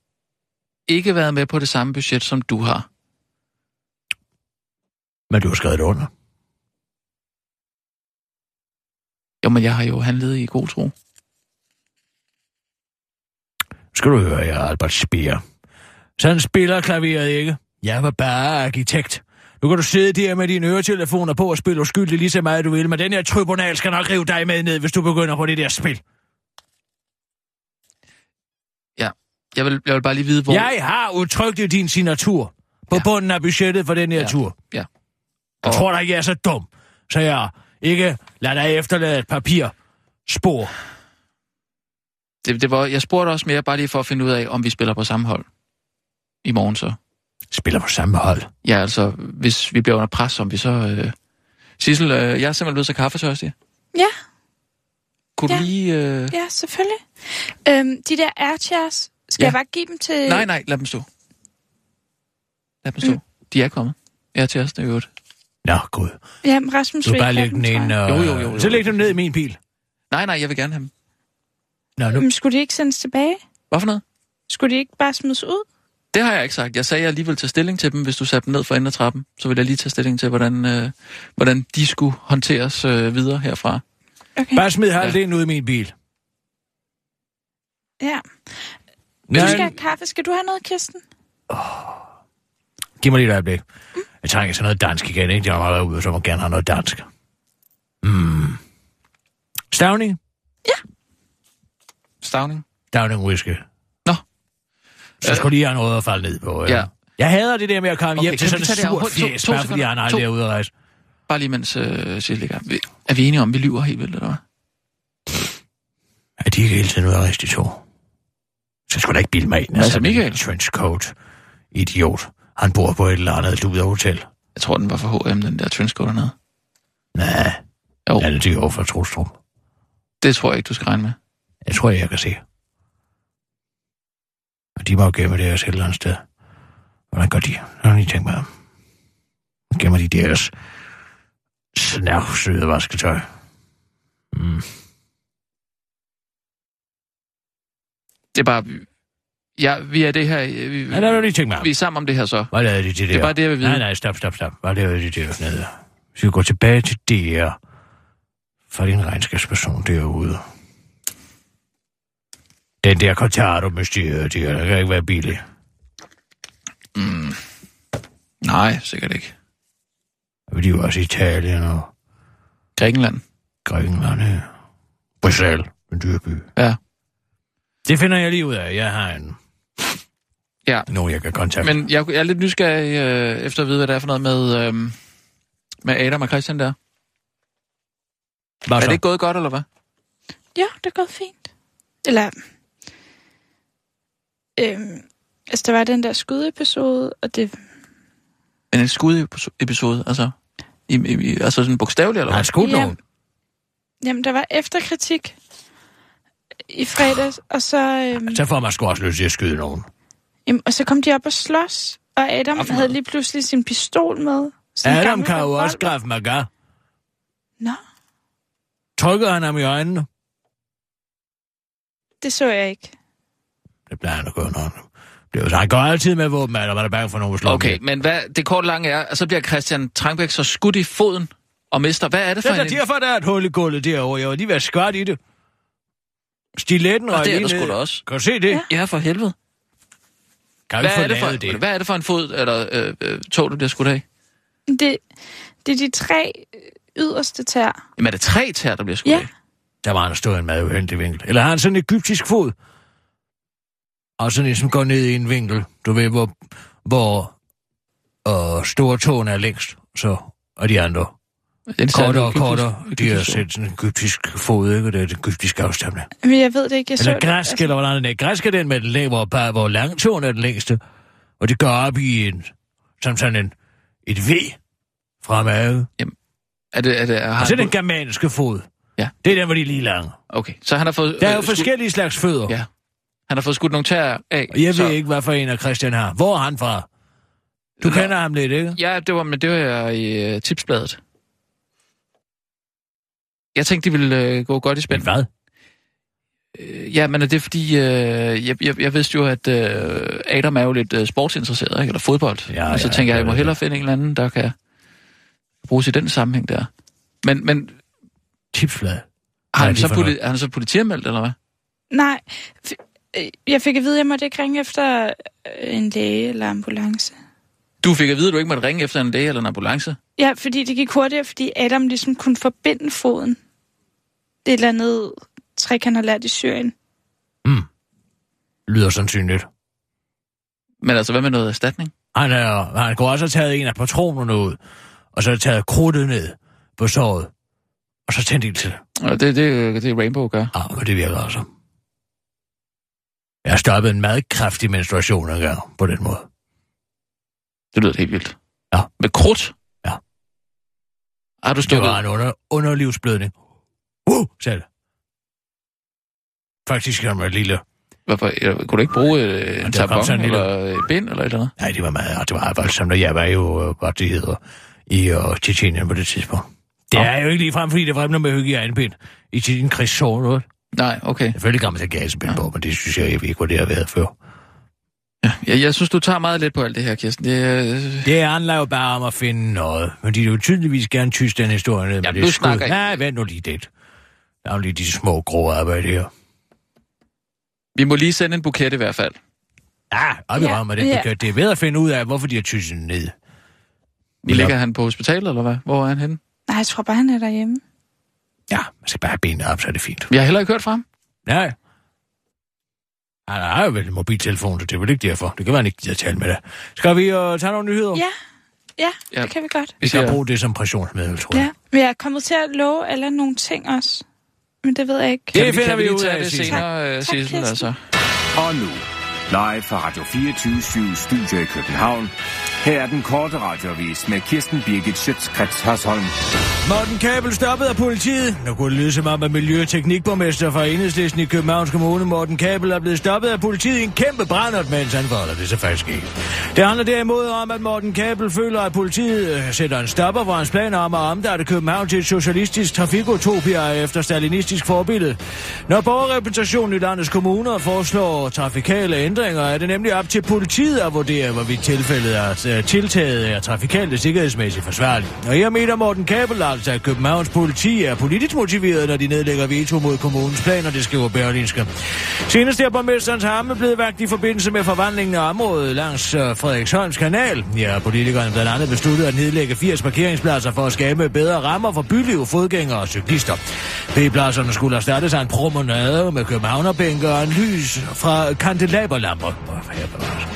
S4: ikke været med på det samme budget, som du har.
S2: Men du har skrevet det under.
S4: Jo, men jeg har jo handlet i god tro.
S2: Skal du høre, jeg er Albert Speer. Sådan spiller klaveret ikke. Jeg var bare arkitekt. Nu kan du sidde der med dine øretelefoner på og spille uskyldig lige så meget du vil, men den her tribunal skal nok rive dig med ned, hvis du begynder på det der spil.
S4: Jeg vil, jeg vil bare lige vide, hvor...
S2: Hvor... Jeg har udtrykt i din signatur på ja.
S4: Ja.
S2: bunden af budgettet for den her
S4: Ja.
S2: tur.
S4: Ja.
S2: Jeg
S4: Og-
S2: tror da ikke, jeg er så dum, så jeg ikke lader dig efterlade et papir spor.
S4: Det, det var, jeg spurgte også mere bare lige for at finde ud af, om vi spiller på samme hold i morgen så.
S2: Spiller på samme hold.
S4: Ja, altså, hvis vi bliver under pres, om vi så... Øh... Sissel, øh, jeg er simpelthen blevet så kaffetørstig.
S5: Ja.
S4: Kunne ja. du
S5: Ja.
S4: lige... Øh...
S5: Ja, selvfølgelig. Øhm, de der airchairs, skal
S4: Ja.
S5: ja. jeg bare give dem til...
S4: Nej, nej, lad dem stå. Lad dem stå. Øh. Mm. De er kommet. Jeg er til os, det er øvrigt.
S2: Nå, gud.
S5: Jamen, Rasmus
S2: Du
S5: vil
S2: kan bare
S5: ikke have
S2: lægge
S5: dem,
S2: den
S5: tror
S2: ind.
S5: jeg.
S2: Og...
S4: Jo, jo, jo, jo.
S2: Så læg dem ned i min bil.
S4: Nej, nej, jeg vil gerne have dem.
S2: Nå, øh, nu...
S5: Men skulle de ikke sendes tilbage?
S4: Hvad for noget?
S5: Skulle de ikke bare smides ud?
S4: Det har jeg ikke sagt. Jeg sagde, at jeg alligevel tage stilling til dem, hvis du satte dem ned for enden af trappen. Så vil jeg lige tage stilling til, hvordan, øh, hvordan de skulle håndteres øh, videre herfra.
S5: Okay.
S2: Bare smid halvdelen ud i min bil.
S5: Ja. Du skal
S2: Nej,
S5: have kaffe. Skal du have noget, Kirsten?
S2: giv mig lige et øjeblik. Jeg trænger til noget dansk igen, ikke? Jeg har meget ude, så må jeg gerne have noget dansk. Mm. Stavning?
S4: Stavning?
S2: Stavning whisky.
S4: Nå.
S2: Så
S4: Øh.
S2: skulle lige have noget at falde ned på, ja.
S4: Ja.
S2: Jeg hader det der med at komme
S4: Okay,
S2: hjem til
S4: kan
S2: sådan
S4: vi
S2: et
S4: tage det her?
S2: surt
S4: Hurtigt, to-
S2: fjes,
S4: to
S2: bare fordi
S4: sekunder.
S2: han
S4: To.
S2: aldrig er ude at rejse.
S4: Bare lige mens øh, Sissel ligger. Vi- Er vi enige om, vi lyver helt vildt, eller hvad?
S2: Er de ikke hele tiden ude at rejse, de to? Så skulle da ikke bilde mig ind.
S4: Hvad så,
S2: med
S4: Michael?
S2: en Trenchcoat. Idiot. Han bor på et eller andet luder hotel.
S4: Jeg tror, den var for H&M, den der trenchcoat dernede.
S2: Nej,
S4: Jo,
S2: han er det over for Trostrup.
S4: det tror jeg ikke, du skal regne med.
S2: Jeg tror, jeg kan se. Og de må jo gemme det også et eller andet sted. Hvordan gør de? Jeg har lige tænkt mig. om. Gemmer de deres snavsøde vasketøj. Mm.
S4: Det er bare... Ja, vi er det her... øh, Vi,
S2: Ja, der har du lige tænkt mig. om.
S4: vi er sammen om det her så.
S2: Hvad lavede de til det?
S4: Det er bare det, jeg vil vide.
S2: Nej, nej, stop, stop, stop. Hvad lavede de til det nede? Vi skal gå tilbage til DR. For din regnskabsperson derude. Den der Cortado-mysteriet, det kan ikke være billig.
S4: Mm. Nej, sikkert ikke.
S2: Og de er jo også i Italien og
S4: Grækenland.
S2: Grækenland, ja. Bruxelles, en dyrby.
S4: Ja.
S2: Det finder jeg lige ud af. Jeg har en...
S4: Ja.
S2: Nogen, jeg kan kontakte. Men...
S4: Men jeg, jeg er lidt nysgerrig øh, efter at vide, hvad det er for noget med, øh, med Adam og Christian der.
S2: Hvad
S4: Er
S2: så?
S4: det
S2: Det...
S4: ikke gået godt, eller hvad?
S5: Ja, det er gået fint. Eller... Øhm, altså, der var den der skudepisode, og det...
S4: Men en skudepisode, altså? I, i, i- altså sådan bogstaveligt, eller
S2: Har han
S4: hvad?
S2: skudt
S5: Ja.
S2: nogen?
S5: Jamen, der var efterkritik i fredags, og så... Øhm,
S2: Så får man sgu også lyst til at skyde nogen.
S5: jamen, og så kom de op og slås, og Adam
S4: Hvad for
S5: havde
S4: noget?
S5: lige pludselig sin pistol med. Sådan en
S2: Adam
S5: gammel
S2: kan jo
S5: revolver.
S2: også graffe maga.
S5: Nå,
S2: Trykker han ham i øjnene?
S5: det så jeg ikke.
S2: Det plejer han at gøre, når han... Det er jo så, han går altid med våben, eller var der bange for nogen at slå ham
S4: Okay,
S2: ihjel.
S4: men hvad, det korte lange er, at så bliver Christian Trangbæk så skudt i foden og mister. Hvad er det for
S2: Det er
S4: en...
S2: da derfor, der er et hul i gulvet derovre. Jeg var lige ved at skvatte i det. Stiletten
S4: Nå,
S2: og
S4: det er der sgu da også.
S2: Kan du se det? Ja.
S5: Ja.
S4: Ja, for helvede.
S2: Kan vi
S4: Hvad
S2: få
S4: er, det for,
S2: lavet det?
S4: hvad er det for en fod, eller øh, øh, tog, du bliver skudt af?
S5: Det, det er de tre øh, yderste tær.
S4: Jamen er det tre tær, der bliver skudt
S5: Ja.
S4: af?
S2: Der var han stået i en meget uheldig vinkel. Eller har han sådan en egyptisk fod? Og sådan en, som går ned i en vinkel. Du ved, hvor, hvor øh, store tåen er længst, så og de andre.
S4: Den
S2: Kortere og kortere. De har sendt sådan en egyptisk fod, ikke? Det er et egyptisk afstamning.
S5: Men jeg ved det ikke. Jeg så
S2: Eller
S5: det. altså-
S2: græsk, eller hvordan den er. Græsk er den med den læ, hvor, bare- hvor langtåen er den længste. Og det går op i en, som sådan en, et V fremad.
S4: Er det, er det, er,
S2: Og
S4: har
S2: så den
S4: han,
S2: germanske fod.
S4: Ja.
S2: Det er den, hvor de er lige lange.
S4: okay, så han har fået...
S2: Der er
S4: øh,
S2: jo
S4: skudt-
S2: forskellige slags fødder.
S4: Ja. Han har fået skudt nogle tæer af.
S2: Og jeg
S4: så-
S2: ved ikke, hvad for en af Christian har. Hvor er han fra? Du
S4: Nå.
S2: kender ham lidt, ikke?
S4: Ja, det var, men det var jeg i øh, tipsbladet. Jeg tænkte, de ville øh, gå godt i
S2: Men
S4: spænd.
S2: hvad?
S4: Øh, Ja, men er det fordi, øh, jeg, jeg, jeg vidste jo, at øh, Adam er jo lidt øh, sportsinteresseret, ikke? eller fodbold.
S2: Ja,
S4: og så
S2: ja,
S4: tænker jeg, jeg
S2: det
S4: må
S2: er
S4: hellere finde en eller anden, der kan bruges i den sammenhæng der. Men, men
S2: Tipsblad.
S4: har,
S2: er
S4: han
S2: det
S4: så
S2: for
S4: politi- har han så politianmeldt, eller hvad?
S5: Nej, f- øh, jeg fik at vide, at jeg måtte ikke ringe efter øh, en læge eller ambulance.
S4: Du fik at vide, at du ikke måtte ringe efter en læge eller en ambulance.
S5: Ja, fordi det gik hurtigere, fordi Adam ligesom kunne forbinde foden. Det er et eller andet trick, han har lært i Syrien.
S2: Lyder sandsynligt.
S4: Men altså, hvad med noget erstatning?
S2: Han, er, han kunne også have taget en af patronerne ud, og så have taget krudtet ned på såret, og så tændt ild til det.
S4: Og det, det, øh, det Rainbow gør.
S2: Ah, men det virker også. Jeg stoppede en meget kraftig menstruation engang på den måde.
S4: Det lyder helt vildt.
S2: Ja.
S4: Med krudt?
S2: Ja.
S4: Har du
S2: Det
S4: stukket?
S2: var en under, underlivsblødning. Uh, sagde det. Faktisk kan man et lille...
S4: Hvorfor, eller, kunne du ikke bruge øh, en
S2: der kom
S4: tampon
S2: sådan en lille-
S4: eller et bind eller et eller andet?
S2: Nej, det var meget, og det var voldsomt, og jeg var jo, øh, hvad det hedder, i øh, Tjetjenien på det tidspunkt. Det
S4: Nå.
S2: er jo ikke ligefrem, fordi det fremler med hygiejnepind i sin krigszone. vel?
S4: Nej, okay.
S2: Selvfølgelig kan man tage gasepind på, men det synes jeg ikke, hvor det har været før.
S4: Jeg, jeg synes, du tager meget let på alt det her, Kirsten. Det, øh,
S2: Det handler jo bare om at finde noget. Men de vil jo tydeligvis gerne tyst den historie ned. med
S4: Jamen,
S2: det
S4: nu
S2: skud.
S4: snakker I-
S2: Nej, vent nu lige lidt. Der er jo lige de små grå arbejde her.
S4: vi må lige sende en buket i hvert fald.
S2: Ja, op i
S5: Ja,
S2: ja, med den
S5: ja.
S2: ja. Det er ved at finde ud af, hvorfor de har tysset den ned.
S4: Vi ligger han på hospitalet, eller hvad? Hvor er han henne?
S5: Nej, jeg tror bare, han er derhjemme.
S2: Ja, man skal bare have benene op, så er det fint.
S4: Vi har heller ikke hørt fra ham.
S2: Nej. Han har jo vel en mobiltelefon, så det er vel ikke derfor. Det kan være, han ikke gider tale med dig. Skal vi uh, tage nogle nyheder?
S5: Ja, ja,
S4: Ja.
S5: ja, det kan vi godt.
S2: Vi
S4: Vi
S2: skal
S4: siger,
S2: bruge det som pressionsmiddel, tror jeg.
S5: Ja. Men jeg er kommet til at love alle nogle ting også. Men det ved jeg ikke.
S2: Det
S4: kan
S2: finder vi
S4: lige
S2: ud
S4: tage
S2: af,
S4: det
S2: Sissel.
S4: senere, øh,
S5: Tak,
S4: Sissel.
S5: Kirsten.
S4: Altså.
S6: Og nu, live fra Radio 24 Studio i København. Her er den korte radiovis med Kirsten Birgit Schøtzgrads Hasholm.
S2: Morten Kabel stoppet af politiet. Nu kunne det lyde som om, at Miljø- og Teknikborgmester fra Enhedslisten i Københavns Kommune, Morten Kabel, er blevet stoppet af politiet i en kæmpe brændert, mens han forholder det så faktisk ikke. Det handler derimod om, at Morten Kabel føler, at politiet øh, sætter en stopper for hans planer om at omdanne København til et socialistisk trafikutopia efter stalinistisk forbillede. Når borgerrepræsentationen i landets kommuner foreslår trafikale ændringer, er det nemlig op til politiet at vurdere, hvorvidt tilfældet er, øh, tiltaget er trafikalt og sikkerhedsmæssigt forsvarligt. Og jeg mener Morten Kabel altså, at Københavns politi er politisk motiveret, når de nedlægger veto mod kommunens planer, det skriver Berlinske. Senest er borgmesterens arme blevet vagt i forbindelse med forvandlingen af området langs øh, Frederiksholms kanal. Ja, politikerne blandt andet besluttet at nedlægge 80 parkeringspladser for at skabe bedre rammer for byliv, fodgængere og cyklister. B-pladserne skulle erstatte sig en promenade med københavnerbænker og en lys fra kandelaberlamper. Hvor her bevares.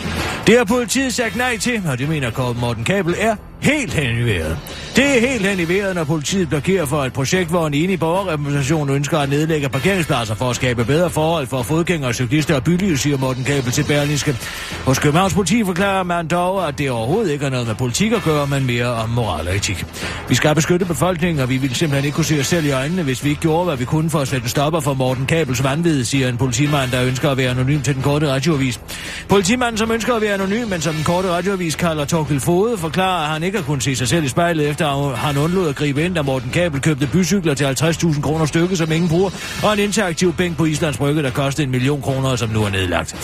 S2: Det har politiet sagt nej til, og det mener Kåre Morten Kabel er helt hen i vejret. Det er helt hen i vejret, når politiet blokerer for et projekt, hvor en enig borgerrepræsentation ønsker at nedlægge parkeringspladser for at skabe bedre forhold for fodgængere, cyklister og byliv, siger Morten Kabel til Berlingske. Hos Københavns politi forklarer man dog, at det overhovedet ikke har noget med politik at gøre, men mere om moral og etik. Vi skal beskytte befolkningen, og vi ville simpelthen ikke kunne se os selv i øjnene, hvis vi ikke gjorde, hvad vi kunne for at sætte en stopper for Morten Kabels vanvid, siger en politimand, der ønsker at være anonym til den korte radioavis. Politimanden, som ønsker at være anonym, men som den korte radioavis kalder Torkel Fode, forklarer, at han ikke har kunnet se sig selv i spejlet, efter at han undlod at gribe ind, da Morten Kabel købte bycykler til 50.000 kroner stykket, som ingen bruger, og en interaktiv bænk på Islands Brygge, der kostede en million kroner, og som nu er nedlagt.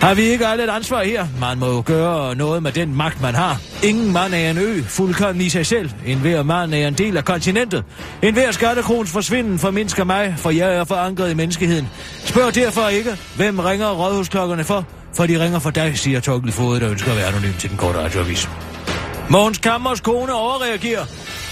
S2: Har vi ikke alle et ansvar her? Man må jo gøre noget med den magt, man har. Ingen mand er en ø, fuldkommen i sig selv. En hver mand er en del af kontinentet. En hver skattekrons forsvinden formindsker mig, for jeg er forankret i menneskeheden. Spørg derfor ikke, hvem ringer rådhusklokkerne for? For de ringer for dig, siger Torkel Fode, der ønsker at være anonym til den korte radioavis. Mogens Kammers kone overreagerer.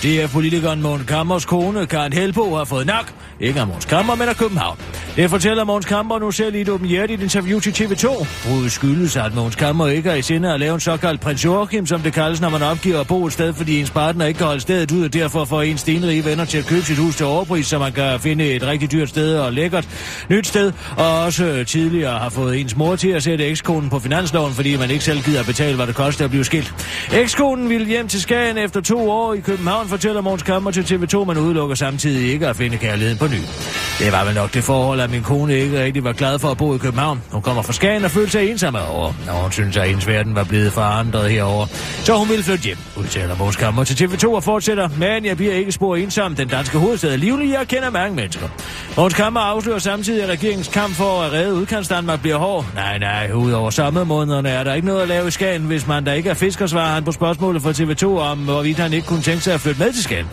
S2: Det er politikeren Mogens Kammers kone, Karen Helbo, har fået nok. Ikke af Mogens Kammer, men af København. Det fortæller Måns Kammer nu selv i et åbenhjertigt interview til TV2. Bruddet skyldes, at Måns Kammer ikke er i sinde at lave en såkaldt prins Joachim, som det kaldes, når man opgiver at bo et sted, fordi ens partner ikke kan holde stedet ud, og derfor får en stenrige venner til at købe sit hus til overpris, så man kan finde et rigtig dyrt sted og lækkert nyt sted, og også øh, tidligere har fået ens mor til at sætte ekskonen på finansloven, fordi man ikke selv gider at betale, hvad det koster at blive skilt. Ekskonen ville hjem til Skagen efter to år i København, fortæller Måns Kammer til TV2, men udelukker samtidig ikke at finde kærligheden på ny. Det var vel nok det forhold, at min kone ikke rigtig var glad for at bo i København. Hun kommer fra Skagen og følte sig ensom over, når hun synes, at hendes verden var blevet forandret herover. Så hun ville flytte hjem, udtaler Måns Kammer til TV2 og fortsætter. Men jeg bliver ikke spor ensom. Den danske hovedstad er livlig. Jeg kender mange mennesker. Måns Kammer afslører samtidig, at regeringens kamp for at redde udkantsdanmark bliver hård. Nej, nej, udover sommermånederne er der ikke noget at lave i Skagen, hvis man der ikke er fisker, svarer han på spørgsmålet fra TV2 om, hvorvidt han ikke kunne tænke sig at flytte med til Skagen.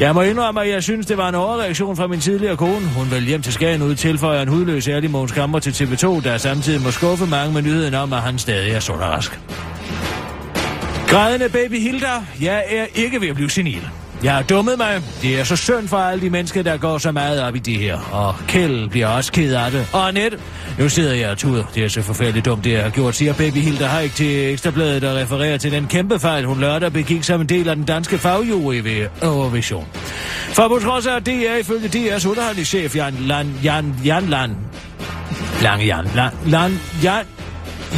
S2: Jeg må indrømme, at jeg synes, det var en overreaktion fra min tidligere kone. Hun vil hjem til Skagen ud, tilføjer en hudløs ærlig Måns Kammer til TV2, der samtidig må skuffe mange med nyheden om, at han stadig er sund og rask. Grædende baby Hilda, jeg er ikke ved at blive senil. Jeg har dummet mig. Det er så synd for alle de mennesker, der går så meget op i det her. Og Kjell bliver også ked af det. Og Annette, nu sidder jeg og tuder. Det er så forfærdeligt dumt, det jeg har gjort, siger baby Hilda Haik til Ekstrabladet og refererer til den kæmpe fejl, hun lørdag begik som en del af den danske fagjury ved Eurovision. For på trods af, at det er ifølge DR's underholdningschef Jan Land, Jan, Jan Land, Lange Jan, Land, Land, Jan,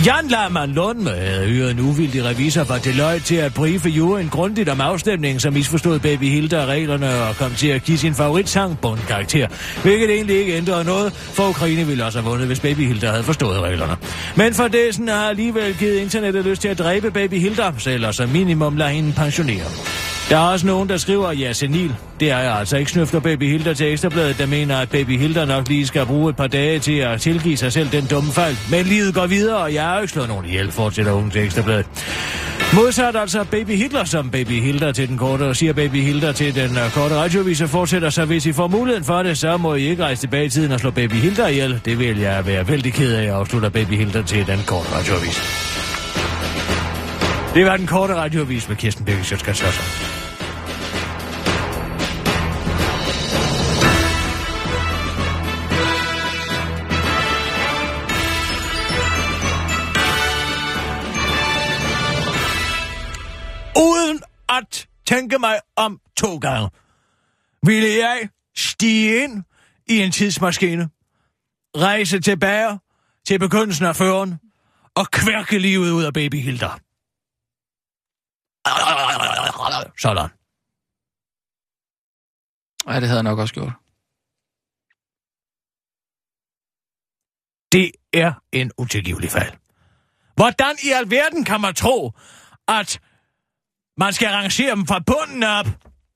S2: Jan Lahmann Lundme havde hyret en uvildig revisor fra Deloitte til at briefe juryen grundigt om afstemningen, som misforstod Baby Hilda og reglerne og kom til at give sin favoritsang bundkarakter, hvilket egentlig ikke ændrede noget, for Ukraine ville også have vundet, hvis Baby Hilda havde forstået reglerne. Men for dessen har alligevel givet internettet lyst til at dræbe Baby Hilda, så eller som minimum lader hende pensionere. Der er også nogen, der skriver, at jeg er senil. Det er jeg altså ikke snøfter Baby Hilda til Ekstrabladet, der mener, at Baby Hilda nok lige skal bruge et par dage til at tilgive sig selv den dumme fejl. Men livet går videre, og jeg har jo ikke slået nogen ihjel, fortsætter hun til Ekstrabladet. Modsat altså Baby Hitler som Baby Hilda til den korte, og siger Baby Hilda til den øh, korte radioviser, fortsætter så, hvis I får muligheden for det, så må I ikke rejse tilbage i tiden og slå Baby Hilda ihjel. Det vil jeg være vældig ked af, afslutter Baby Hilda til den korte radioavis. Det var den korte radioavis med Kirsten Birgit Sjøtskatshøjsen. uden at tænke mig om to gange, ville jeg stige ind i en tidsmaskine, rejse tilbage til begyndelsen af 40'erne og kværke livet ud af baby Hilda. Sådan.
S4: Ja, det havde jeg nok også gjort.
S2: Det er en utilgivelig fejl. Hvordan i alverden kan man tro, at man skal rangere dem fra bunden op?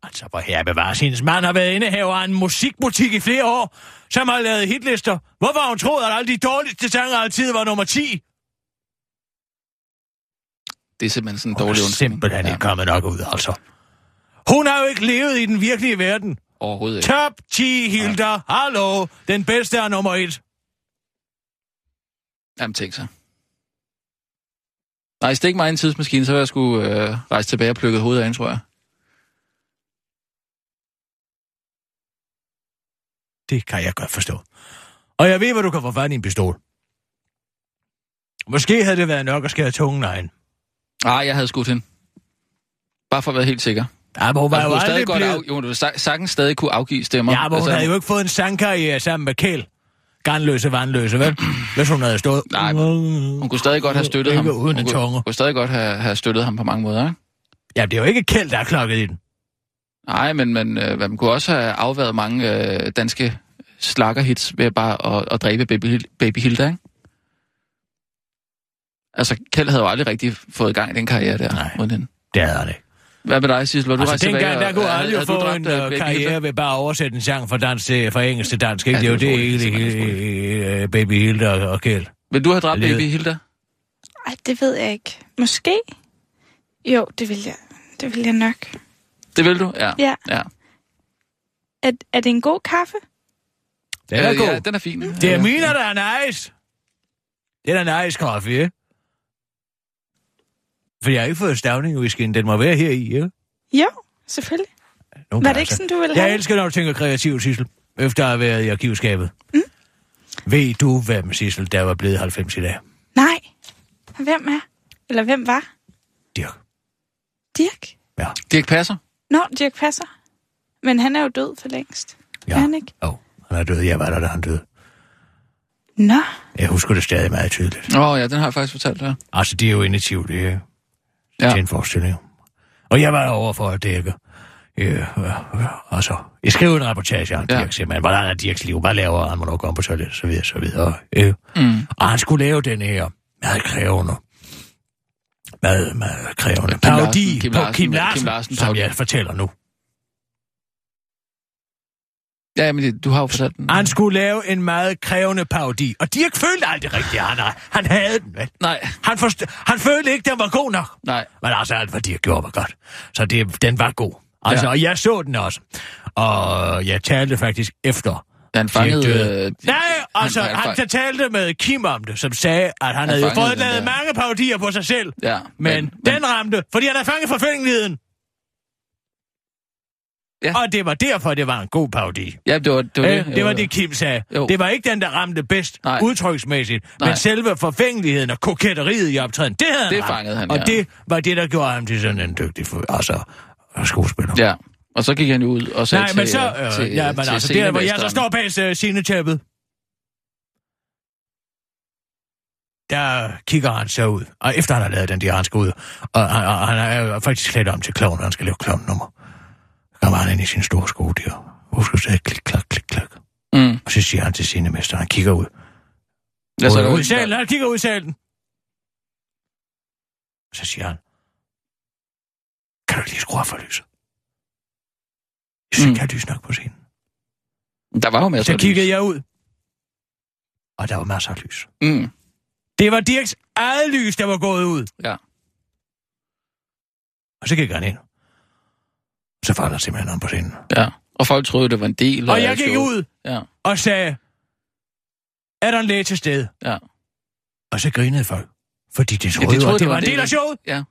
S2: Altså, hvor herre bevares hendes mand har været indehaver af en musikbutik i flere år, som har lavet hitlister. Hvorfor har hun troet, at alle de dårligste sanger altid var nummer 10?
S4: Det er simpelthen sådan en
S2: Hun er
S4: dårlig undskyldning.
S2: simpelthen ikke kommet nok ud, altså. Hun har jo ikke levet i den virkelige verden.
S4: Overhovedet ikke.
S2: Top 10, Hilda. Hallo. Den bedste er nummer 1.
S4: Jamen, tænk så. Nej, stik mig i en tidsmaskine, så vil jeg skulle øh, rejse tilbage og plukke hovedet af hende, tror jeg.
S2: Det kan jeg godt forstå. Og jeg ved, hvor du kan få fat i en pistol. Måske havde det været nok at skære tungen af hende.
S4: Nej, jeg havde skudt hende. Bare for at være helt sikker.
S2: Ja, men hun var
S4: Altså,
S2: jo
S4: hun havde stadig
S2: aldrig
S4: godt
S2: blevet...
S4: af, jo, hun ville sa- sagtens stadig kunne afgive stemmer. Altså,
S2: Ja, men hun havde jo ikke fået en sangkarriere sammen med Kjell. Garnløse, vandløse, vel? Hvis hun havde stået...
S4: Nej, hun kunne stadig godt have støttet
S2: Ikke
S4: ham.
S2: uden
S4: hun
S2: en
S4: kunne,
S2: tunge.
S4: kunne stadig godt have, have støttet ham på mange måder, ikke?
S2: Ja, det er jo ikke Kjell, der er klokket i den.
S4: Nej, men man, øh, man kunne også have afværet mange øh, danske slakkerhits ved bare at, at dræbe baby, Hil- baby Hilda, ikke? Altså, Kjeld havde jo aldrig rigtig fået i gang i den karriere der.
S2: Nej.
S4: uden hende.
S2: Det havde han ikke.
S4: Hvad med dig, Sissel? Var Du rejst
S2: altså,
S4: tilbage
S2: dengang, der
S4: og-
S2: kunne
S4: havde-
S2: alle jo
S4: havde du
S2: få
S4: dræbt,
S2: en
S4: øh,
S2: øh,
S4: Baby Hitler?
S2: karriere ved bare at oversætte en sang fra, dansk til, fra engelsk til dansk, ikke?
S4: Ja,
S2: det er jo
S4: det er
S2: det,
S4: utroligt.
S2: hele,
S4: Det er simpelthen
S2: hele, øh, Baby Hilda og- og Kjell.
S4: Vil du have dræbt
S2: Levede.
S4: Baby Hilda?
S5: Ej, det ved jeg ikke. Måske? Jo, det vil jeg. Det vil jeg nok.
S4: Det vil du? Ja.
S5: Ja.
S4: ja.
S5: Er, er det en god kaffe?
S2: Den er
S4: Øh,
S2: god.
S4: Ja, den er fin.
S2: Det er
S4: Ja.
S2: mine, der er nice. Det er da nice kaffe, ikke? For jeg har ikke fået stavning i whiskyen. Den må være her i, ikke?
S5: Jo, selvfølgelig.
S2: Nogen
S5: Var
S2: kan
S5: det ikke
S2: altså-
S5: sådan, du ville have? Mm.
S2: Jeg elsker, når du tænker kreativ, Sissel. Efter at have været i arkivskabet. Ved du, hvem Sissel, der var blevet 90 i dag?
S5: Nej. Hvem er? Eller hvem var?
S2: Dirk.
S5: Dirk?
S4: Dirk Passer?
S5: Nå, Dirk Passer. Men han er jo død for længst. Ja. Er han ikke?
S2: Jo, han er død. Jeg var der, da han døde.
S5: Nå.
S2: Jeg husker det stadig meget tydeligt.
S4: Åh oh, ja, den har jeg faktisk fortalt dig.
S2: Altså, det er jo initiativt, det er
S4: Ja.
S2: ja. til en forestilling. Og jeg var over for at dække. Øh, øh, øh, altså, jeg skrev en reportage om
S4: Ja.
S2: ja. Dirk, simpelthen. Hvordan er Dirks liv? Hvad laver han? Hvornår kommer på toilettet? Så videre, så videre. Øh.
S4: Mm.
S2: Og han skulle lave den her meget krævende. Meget, meget krævende.
S4: Kim Larsen,
S2: Parodi
S4: Kim
S2: på
S4: Larsen,
S2: Kim
S4: Kim
S2: Larsen,
S4: Larsen,
S2: som
S4: parodi.
S2: jeg fortæller nu.
S4: Ja, men det, du har jo fortalt den.
S2: Han skulle lave en meget krævende parodi. Og Dirk følte aldrig rigtigt, han, han havde den, vel?
S4: Nej,
S2: Han, forst- han følte ikke, den var god nok.
S4: nej.
S2: Men altså, alt hvad de har gjort var godt. Så det, den var god. Altså,
S4: Ja.
S2: ja. og jeg så den også. Og jeg talte faktisk efter.
S4: Da han fangede...
S2: Direktøren.
S4: Øh,
S2: Nej, altså,
S4: han-
S2: han,
S4: han-
S2: han, han talte med Kim om det, som sagde, at han, han havde jo
S4: fangede
S2: fået
S4: den
S2: lavet
S4: der.
S2: mange parodier på sig selv.
S4: Ja,
S2: Men,
S4: men-
S2: men den men... ramte, fordi han havde fanget forfængeligheden.
S4: Ja.
S2: Ja. Og det var derfor, det var en god parodi.
S4: ja, det var det. Var
S2: Det,
S4: det.
S2: øh, det var det, Kim sagde.
S4: Jo.
S2: Jo. Det var ikke den, der ramte bedst
S4: Nej.
S2: Nej. udtryksmæssigt,
S4: Nej.
S2: Nej. men selve forfængeligheden og koketteriet i optræden, det havde
S4: Det
S2: han ramt.
S4: fangede han,
S2: Og
S4: ja.
S2: det var det, der gjorde ham til sådan en dygtig fu- altså, skuespiller.
S4: Ja, og så gik han jo ud og sagde
S2: Nej,
S4: til,
S2: men så...
S4: øh,
S2: Øh,
S4: til,
S2: ja, men
S4: til
S2: altså, det er, hvor jeg så
S4: scenemesteren.
S2: står bag uh, scenetæppet. Der kigger han så ud, og efter han har lavet den der, han skal ud, og han, og han er jo faktisk klædt om til klovn, og han skal lave klovnnummer. Så kommer han ind i sin store sko der, husker så klik, klak, klik, klak.
S4: Mm.
S2: Og så siger han til scenemesteren, han kigger ud.
S4: Ja, så er
S2: ud,
S4: der
S2: ud
S4: jo
S2: i
S4: ikke-
S2: salen, han kigger ud i salen. Så siger han, kan du ikke lige skrue op for lyset? Jeg synes,
S4: Mm.
S2: mm. jeg er lys nok på scenen.
S4: Der var jo masser
S2: Så
S4: af
S2: kiggede jeg ud, og der var masser af lys.
S4: lys. Mm.
S2: Det var Dirks eget lys, der var gået ud.
S4: Ja.
S2: Og så gik han ind. Så falder simpelthen om på scenen.
S4: Ja, og folk troede, det var en del
S2: Og
S4: af
S2: jeg gik
S4: showet.
S2: ud
S4: Ja,
S2: og sagde, er der en læge til stede?
S4: ja.
S2: Og så grinede folk, fordi de
S4: de
S2: troede, ja, de
S4: troede,
S2: troede det var en del af showet.
S4: Ja.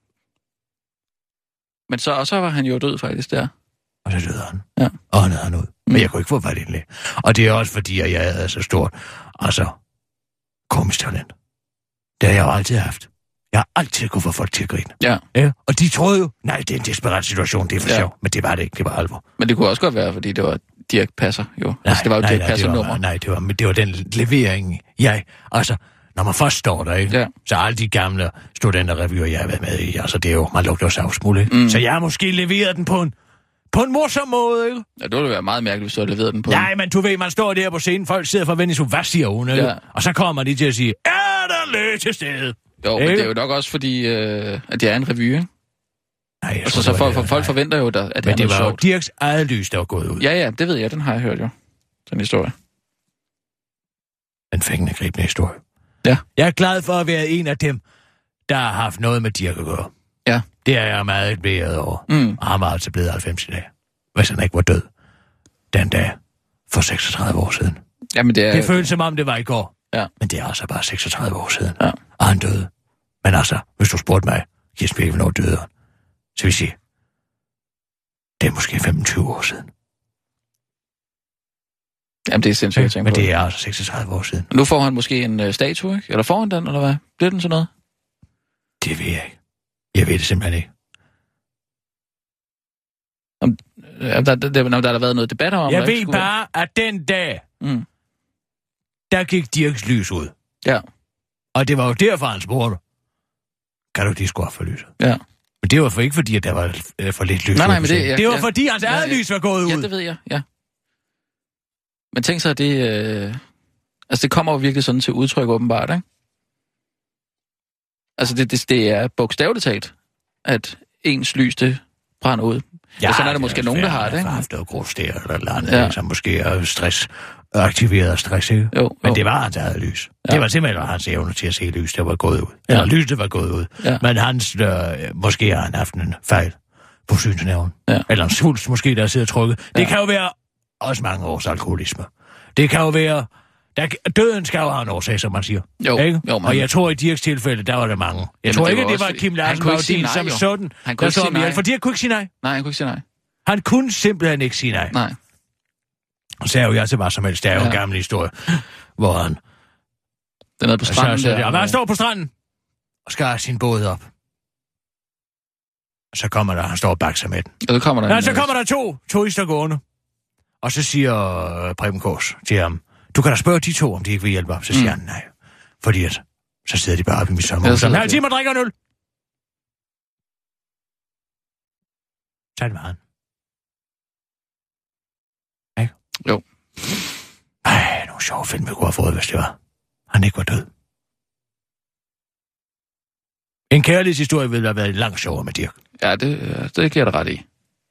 S4: Men så, og så var han jo død faktisk der.
S2: Og så døde han.
S4: Ja.
S2: Og han havde han ud.
S4: Mm.
S2: Men jeg kunne ikke få fat i en læge. Og det er også fordi, at jeg havde så stort, altså, komisk talent. Det har jeg jo altid haft. Jeg har altid kunne få folk til at grine.
S4: Ja.
S2: ja. Og de troede jo, nej, det er en desperat situation, det er for
S4: Ja.
S2: ja. sjov. Men det var det ikke, det var alvor.
S4: Men det kunne også godt være, fordi det var Dirk Passer, jo. Nej, altså, det var jo Dirk
S2: det
S4: Passer
S2: var,
S4: nummer.
S2: nej, det var, men det var den levering, jeg, altså, når man først står der, ikke?
S4: Ja.
S2: så alle de gamle studenterrevyer, jeg har været med i, altså det er jo, man lugter jo savsmuld, ikke?
S4: Mm.
S2: Så jeg har måske leveret den på en, på en morsom måde, ikke?
S4: Ja, det ville være meget mærkeligt, hvis du havde leveret den på.
S2: Nej, men du ved, man står der på scenen, folk sidder for at vende i sådan, hvad siger hun?
S4: Ja.
S2: Ja. Og så kommer de til at sige, er der læge til stede?
S4: Jo, men
S2: Ikke?
S4: det er jo nok også fordi, øh, at det er en revue. ikke?
S2: Nej,
S4: Og så,
S2: jeg tror,
S4: Altså, så
S2: det
S4: folk,
S2: var det.
S4: folk
S2: Nej.
S4: forventer jo, der, at det er
S2: Men det
S4: noget
S2: var jo
S4: sjovt.
S2: Dirks eget lys, der var gået ud. Ja.
S4: Ja, ja, det ved jeg, den har jeg hørt jo. Den historie.
S2: En fængende gribende historie.
S4: Ja.
S2: Jeg er glad for at være en af dem, der har haft noget med Dirk at gøre.
S4: Ja.
S2: Det er jeg meget beæret over.
S4: Mm.
S2: Og han var altså blevet 90 i dag. Hvis han ikke var død. Den dag for 36 år siden.
S4: Jamen, det er...
S2: Det føles som om, det var i går.
S4: Ja.
S2: Men det er altså bare 36 år siden.
S4: Ja.
S2: Og han døde. Men altså, hvis du spurgte mig, Kirsten Birke, hvornår døde han? Så vil jeg sige, det er måske 25 år siden.
S4: Jamen, det er sindssygt at tænke
S2: Men
S4: på.
S2: det er altså 36 år siden.
S4: Og Nu får han måske en øh, statue, ikke? Eller får han den, eller hvad? Bliver den sådan noget?
S2: Det ved jeg ikke. Jeg ved det simpelthen ikke.
S4: Jamen, Øh, der, der, der, der, der har været noget debat om.
S2: jeg
S4: der ikke
S2: ved
S4: skulle-
S2: bare, at den dag,
S4: Mm.
S2: der gik Dirks lys ud.
S4: Ja.
S2: Og det var jo derfor, han spurgte, kan du ikke lige skrue op for lyset?
S4: Ja.
S2: Men det var for ikke fordi, at der var øh, for lidt lys.
S4: Nej, nej,
S2: ude
S4: men
S2: på
S4: det-
S2: scenen.
S4: ja,
S2: det var
S4: ja.
S2: fordi, hans
S4: Ja,
S2: eget
S4: ja.
S2: lys var gået ud.
S4: Ja, det ved jeg, ja. Men tænk så, at det... Øh... Altså, det kommer jo virkelig sådan til udtryk, åbenbart, ikke? Altså, det, det, det er bogstaveligt talt, at ens lys, det brænder ud. Ja, sådan er der måske
S2: også
S4: nogen, der
S2: fair,
S4: har det,
S2: Jeg
S4: ikke?
S2: har haft noget grosstær eller noget andet,
S4: Ja.
S2: ja. som måske er stress, aktiveret af stress, ikke?
S4: Jo, jo.
S2: Men det var hans eget lys.
S4: Ja.
S2: Ja. Det var simpelthen hans evne til at se lys, der var gået ud. Eller
S4: Ja.
S2: ja. lys, der var gået ud.
S4: Ja.
S2: Men hans, øh, måske har han haft en fejl på synsnævnen.
S4: Ja.
S2: Eller en svulst måske, der sidder trukket. Det
S4: Ja.
S2: kan jo være også mange års alkoholisme. Det kan jo være... Der, døden skal jo have en årsag, som man siger.
S4: Jo,
S2: ikke?
S4: jo, men-
S2: og jeg tror, i Dirks tilfælde, der var der mange. Jeg
S4: Jamen,
S2: tror
S4: det
S2: ikke,
S4: var
S2: at det
S4: også-
S2: var Kim
S4: han
S2: Larsen
S4: kunne ikke sige
S2: Baudin
S4: nej,
S2: som
S4: jo.
S2: sådan.
S4: Han kunne
S2: der
S4: ikke
S2: slår
S4: sige
S2: ham ihjel,
S4: nej.
S2: For Dirk kunne ikke sige nej.
S4: Nej, jeg kunne ikke sige nej.
S2: Han kunne simpelthen ikke sige nej.
S4: Nej.
S2: Og så er jo jeg til hvad som helst. Det er jo ja. en
S4: Ja.
S2: gammel historie. hvor han
S4: Den er på stranden
S2: altså,
S4: der.
S2: der. Han står på stranden og skar sin båd op. Og så kommer der, han står og bakser med den.
S4: Ja, så kommer der
S2: Ja,
S4: en,
S2: så
S4: øh,
S2: kommer der to turister gående. Og så siger øh, Preben Kors til ham, du kan da spørge de to, om de ikke vil hjælpe ham. Så siger
S4: Mm.
S2: mm. han nej. Fordi at, så sidder de bare oppe i mit
S4: Ja,
S2: sommerhus.
S4: så
S2: Ja, en
S4: sidder
S2: halv
S4: de.
S2: time og drikker en øl. Tag det meget. Ikke?
S4: Jo.
S2: Ej, nogle sjove film, vi kunne have fået, hvis det var. Han ikke var død. En kærlighedshistorie ville have været langt sjovere med Dirk.
S4: Ja, det, øh, det giver jeg dig ret i.